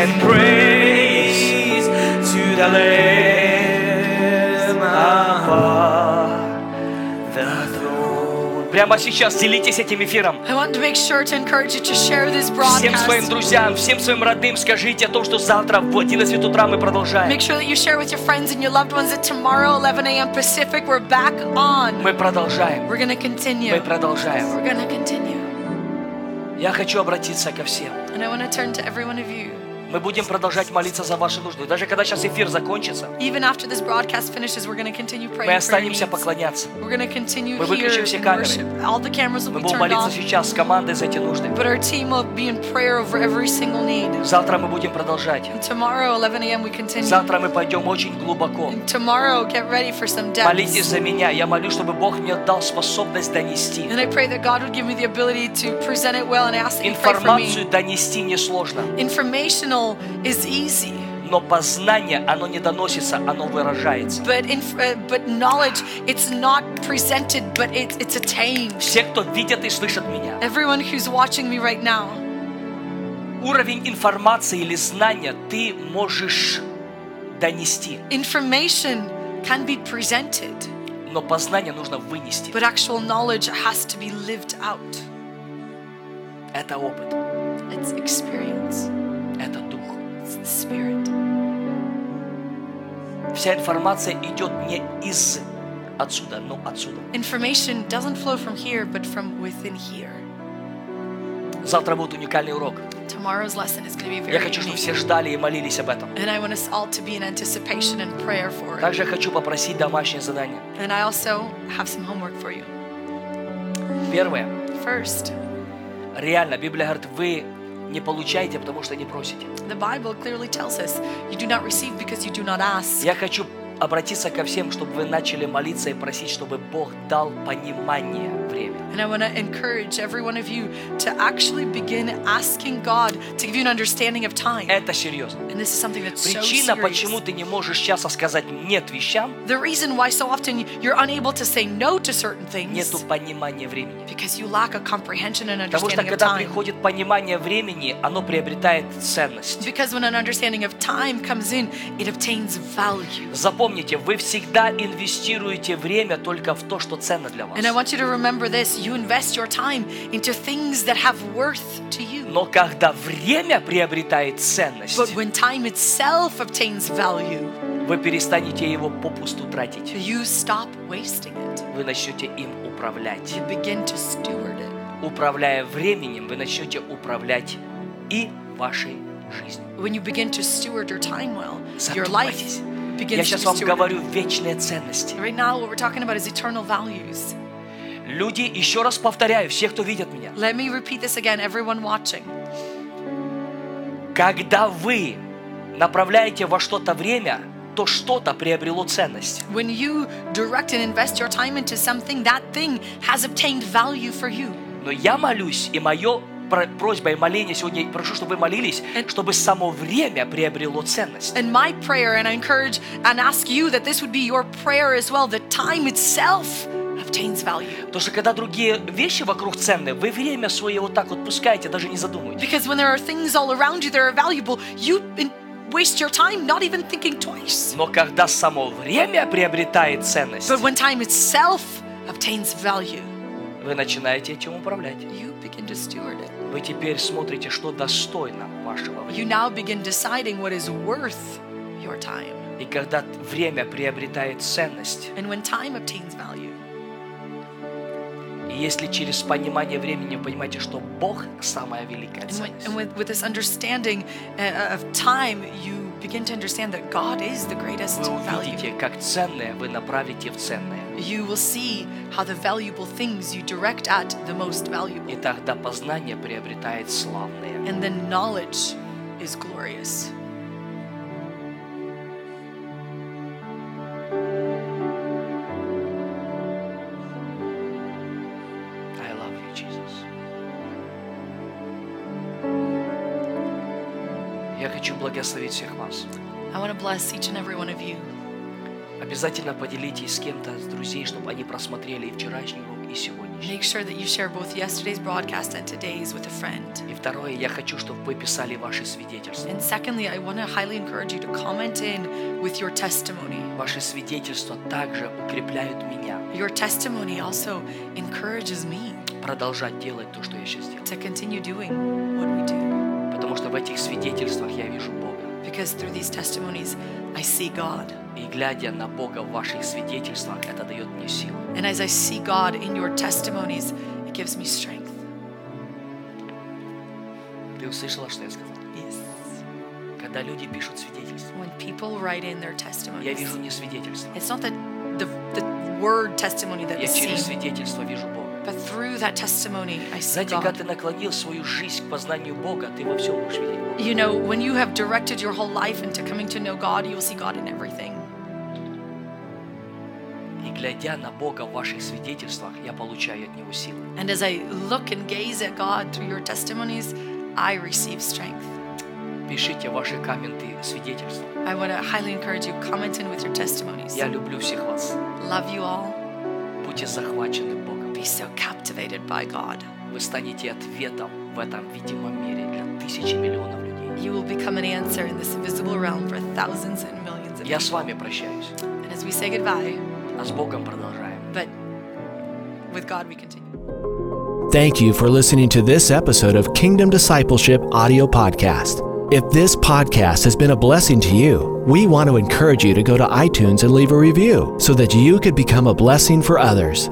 S2: And praise to the Lamb above the throne. Прямо сейчас делитесь этим эфиром.
S3: I want to make sure to encourage you to share this
S2: Всем своим
S3: broadcast.
S2: друзьям, всем своим родным скажите о том, что завтра в 11 утра мы продолжаем.
S3: Make sure that you share with your friends and your loved ones that tomorrow, 11 a.m. Pacific, we're back on.
S2: Мы продолжаем.
S3: We're going to continue.
S2: Мы
S3: We're
S2: продолжаем.
S3: going to continue.
S2: Я хочу обратиться ко всем.
S3: And I want to turn to every one of you.
S2: Мы будем продолжать молиться за ваши нужды. Даже когда сейчас эфир закончится,
S3: Even after this broadcast finishes, we're going to continue praying.
S2: мы
S3: for your
S2: останемся
S3: needs.
S2: поклоняться.
S3: We're going to continue
S2: Мы
S3: here
S2: выключим все
S3: in
S2: камеры.
S3: worship. All the cameras will
S2: Мы
S3: be
S2: будем
S3: turned
S2: молиться
S3: off,
S2: сейчас с командой за эти нужды.
S3: but our team will be in prayer over every single need.
S2: Завтра мы будем продолжать.
S3: And tomorrow, 11 a.m., we continue.
S2: Завтра мы пойдем очень глубоко.
S3: And tomorrow, get ready for some
S2: Молитесь
S3: depths.
S2: за меня. Я молю, чтобы Бог мне дал способность донести.
S3: And I pray that God would give me the ability to present it well and I ask that you pray for me.
S2: Информацию донести несложно,
S3: Informational is easy,
S2: но познание, оно не доносится, оно выражается.
S3: but inf- uh, but knowledge, it's not presented, but it, it's attained.
S2: Все, кто видят и слышат меня,
S3: Everyone who's watching me right now,
S2: уровень информации или знания ты можешь донести,
S3: information can be presented.
S2: но познание нужно вынести.
S3: But actual knowledge has to be lived out.
S2: Это опыт,
S3: It's experience,
S2: это дух.
S3: it's the spirit.
S2: Вся информация идет не из отсюда, но отсюда.
S3: Information doesn't flow from here, but from within here.
S2: Завтра будет уникальный урок.
S3: Tomorrow's lesson is going to be very
S2: Я хочу, чтобы все
S3: unique.
S2: ждали и молились об этом.
S3: And I want us all to be in anticipation and prayer for it.
S2: Также я хочу попросить домашнее задание.
S3: And I also have some homework for you.
S2: Первое.
S3: First,
S2: Реально, Библия говорит, вы не получаете, потому что не просите.
S3: the Bible clearly tells us you do not receive because you do not ask.
S2: Я хочу обратиться ко всем, чтобы вы начали молиться и просить, чтобы Бог дал понимание время.
S3: And I want to encourage every one of you to actually begin asking God to give you an understanding of time.
S2: Это серьезно.
S3: And this is something that's so
S2: Причина,
S3: serious.
S2: почему ты не можешь часто сказать «нет» вещам,
S3: The reason why so often you're unable to say no to certain things
S2: нету понимания времени.
S3: because you lack a comprehension and
S2: Потому что
S3: understanding of
S2: когда
S3: time.
S2: приходит понимание времени, оно приобретает ценность.
S3: Because when an understanding of time comes in, it obtains value.
S2: Помните, вы всегда инвестируете время только в то, что ценно для вас.
S3: And I want you to remember this you invest your time into things that have worth to you.
S2: Но когда время приобретает ценность,
S3: But when time itself obtains value,
S2: вы перестанете его попусту тратить.
S3: you stop wasting it.
S2: Вы начнете им управлять.
S3: You begin to steward it.
S2: Управляя временем, вы начнете управлять и вашей жизнью.
S3: When you begin to steward your time well, your life
S2: Задумайтесь. Я
S3: begins to
S2: сейчас
S3: be
S2: вам
S3: stewarded.
S2: говорю вечные ценности.
S3: Right now, what we're talking about is eternal values.
S2: Люди, еще раз повторяю, все, кто видят меня,
S3: Let me repeat this again, everyone watching.
S2: когда вы направляете во что-то время, то что-то приобрело ценность.
S3: When you direct and invest your time into something, that thing has obtained value for you.
S2: Но я молюсь, и мое просьба и моление сегодня, я прошу, чтобы вы молились,
S3: And-
S2: чтобы само время приобрело ценность.
S3: And my prayer, and I encourage and ask you that this would be your prayer as well, that time itself obtains value.
S2: Потому что когда другие вещи вокруг ценны, вы время свое вот так вот пускаете, даже не задумываетесь.
S3: Because when there are things all around you that are valuable, you in- waste your time not even thinking twice.
S2: Но когда само время приобретает ценность,
S3: But when time itself obtains value,
S2: вы начинаете этим управлять.
S3: you begin to steward it.
S2: Вы теперь смотрите, что достойно вашего времени.
S3: You now begin deciding what is worth your time.
S2: И когда время приобретает ценность,
S3: And when time obtains value,
S2: и если через понимание времени вы понимаете, что Бог самая великая
S3: and, when,
S2: ценность,
S3: and with, with this understanding uh, of time, you begin to understand that God is the greatest
S2: вы
S3: value.
S2: увидите, как ценное вы направите в ценное.
S3: You will see how the valuable things you direct at the most
S2: И
S3: valuable.
S2: тогда познание приобретает славное.
S3: And then knowledge is glorious.
S2: I love you, Jesus. Я хочу благословить всех вас.
S3: I want to bless each and every one of you.
S2: Обязательно поделитесь с кем-то, с друзей, чтобы они просмотрели и вчерашний урок, и сегодняшний.
S3: Make sure that you share both yesterday's broadcast and today's with a friend.
S2: И второе, я хочу, чтобы вы писали ваши свидетельства.
S3: And secondly, I want to highly encourage you to comment in with your testimony.
S2: Ваши свидетельства также укрепляют меня
S3: Your testimony also encourages me
S2: продолжать делать то, что я сейчас делаю.
S3: to continue doing what we do
S2: Потому что в этих свидетельствах я вижу Бога.
S3: because through these testimonies, I see God.
S2: И глядя на Бога в ваших свидетельствах, это дает мне силу.
S3: And as I see God in your testimonies, it gives me strength.
S2: Ты услышала, что я сказал?
S3: Yes.
S2: Когда люди пишут свидетельства,
S3: When people write in their
S2: я
S3: testimonies,
S2: вижу не свидетельство.
S3: it's not the, the, the word testimony that
S2: Я
S3: is
S2: через
S3: seen,
S2: свидетельство вижу Бога.
S3: but through that testimony, I see
S2: Знаете, когда ты
S3: God.
S2: наклонил свою жизнь к познанию Бога, ты во всем будешь видеть Бога.
S3: You know, when you have directed your whole life into coming to know God, you will see God in everything.
S2: И глядя на Бога в ваших свидетельствах, я получаю от Него силы.
S3: And as I look and gaze at God through your testimonies, I receive strength.
S2: Пишите ваши комменты, свидетельства.
S3: I want to highly encourage you, comment in with your testimonies.
S2: Я люблю всех вас.
S3: Love you all.
S2: Будьте захвачены Богом.
S3: Be so captivated by God.
S2: Вы станете ответом в этом видимом мире для тысячи миллионов людей.
S3: You will become an answer in this invisible realm for thousands and millions of
S2: Я
S3: people.
S2: с вами прощаюсь,
S3: And as we say goodbye,
S2: а с Богом продолжаем.
S3: but with God we continue.
S1: Thank you for listening to this episode of Kingdom Discipleship Audio Podcast. If this podcast has been a blessing to you, we want to encourage you to go to iTunes and leave a review so that you could become a blessing for others.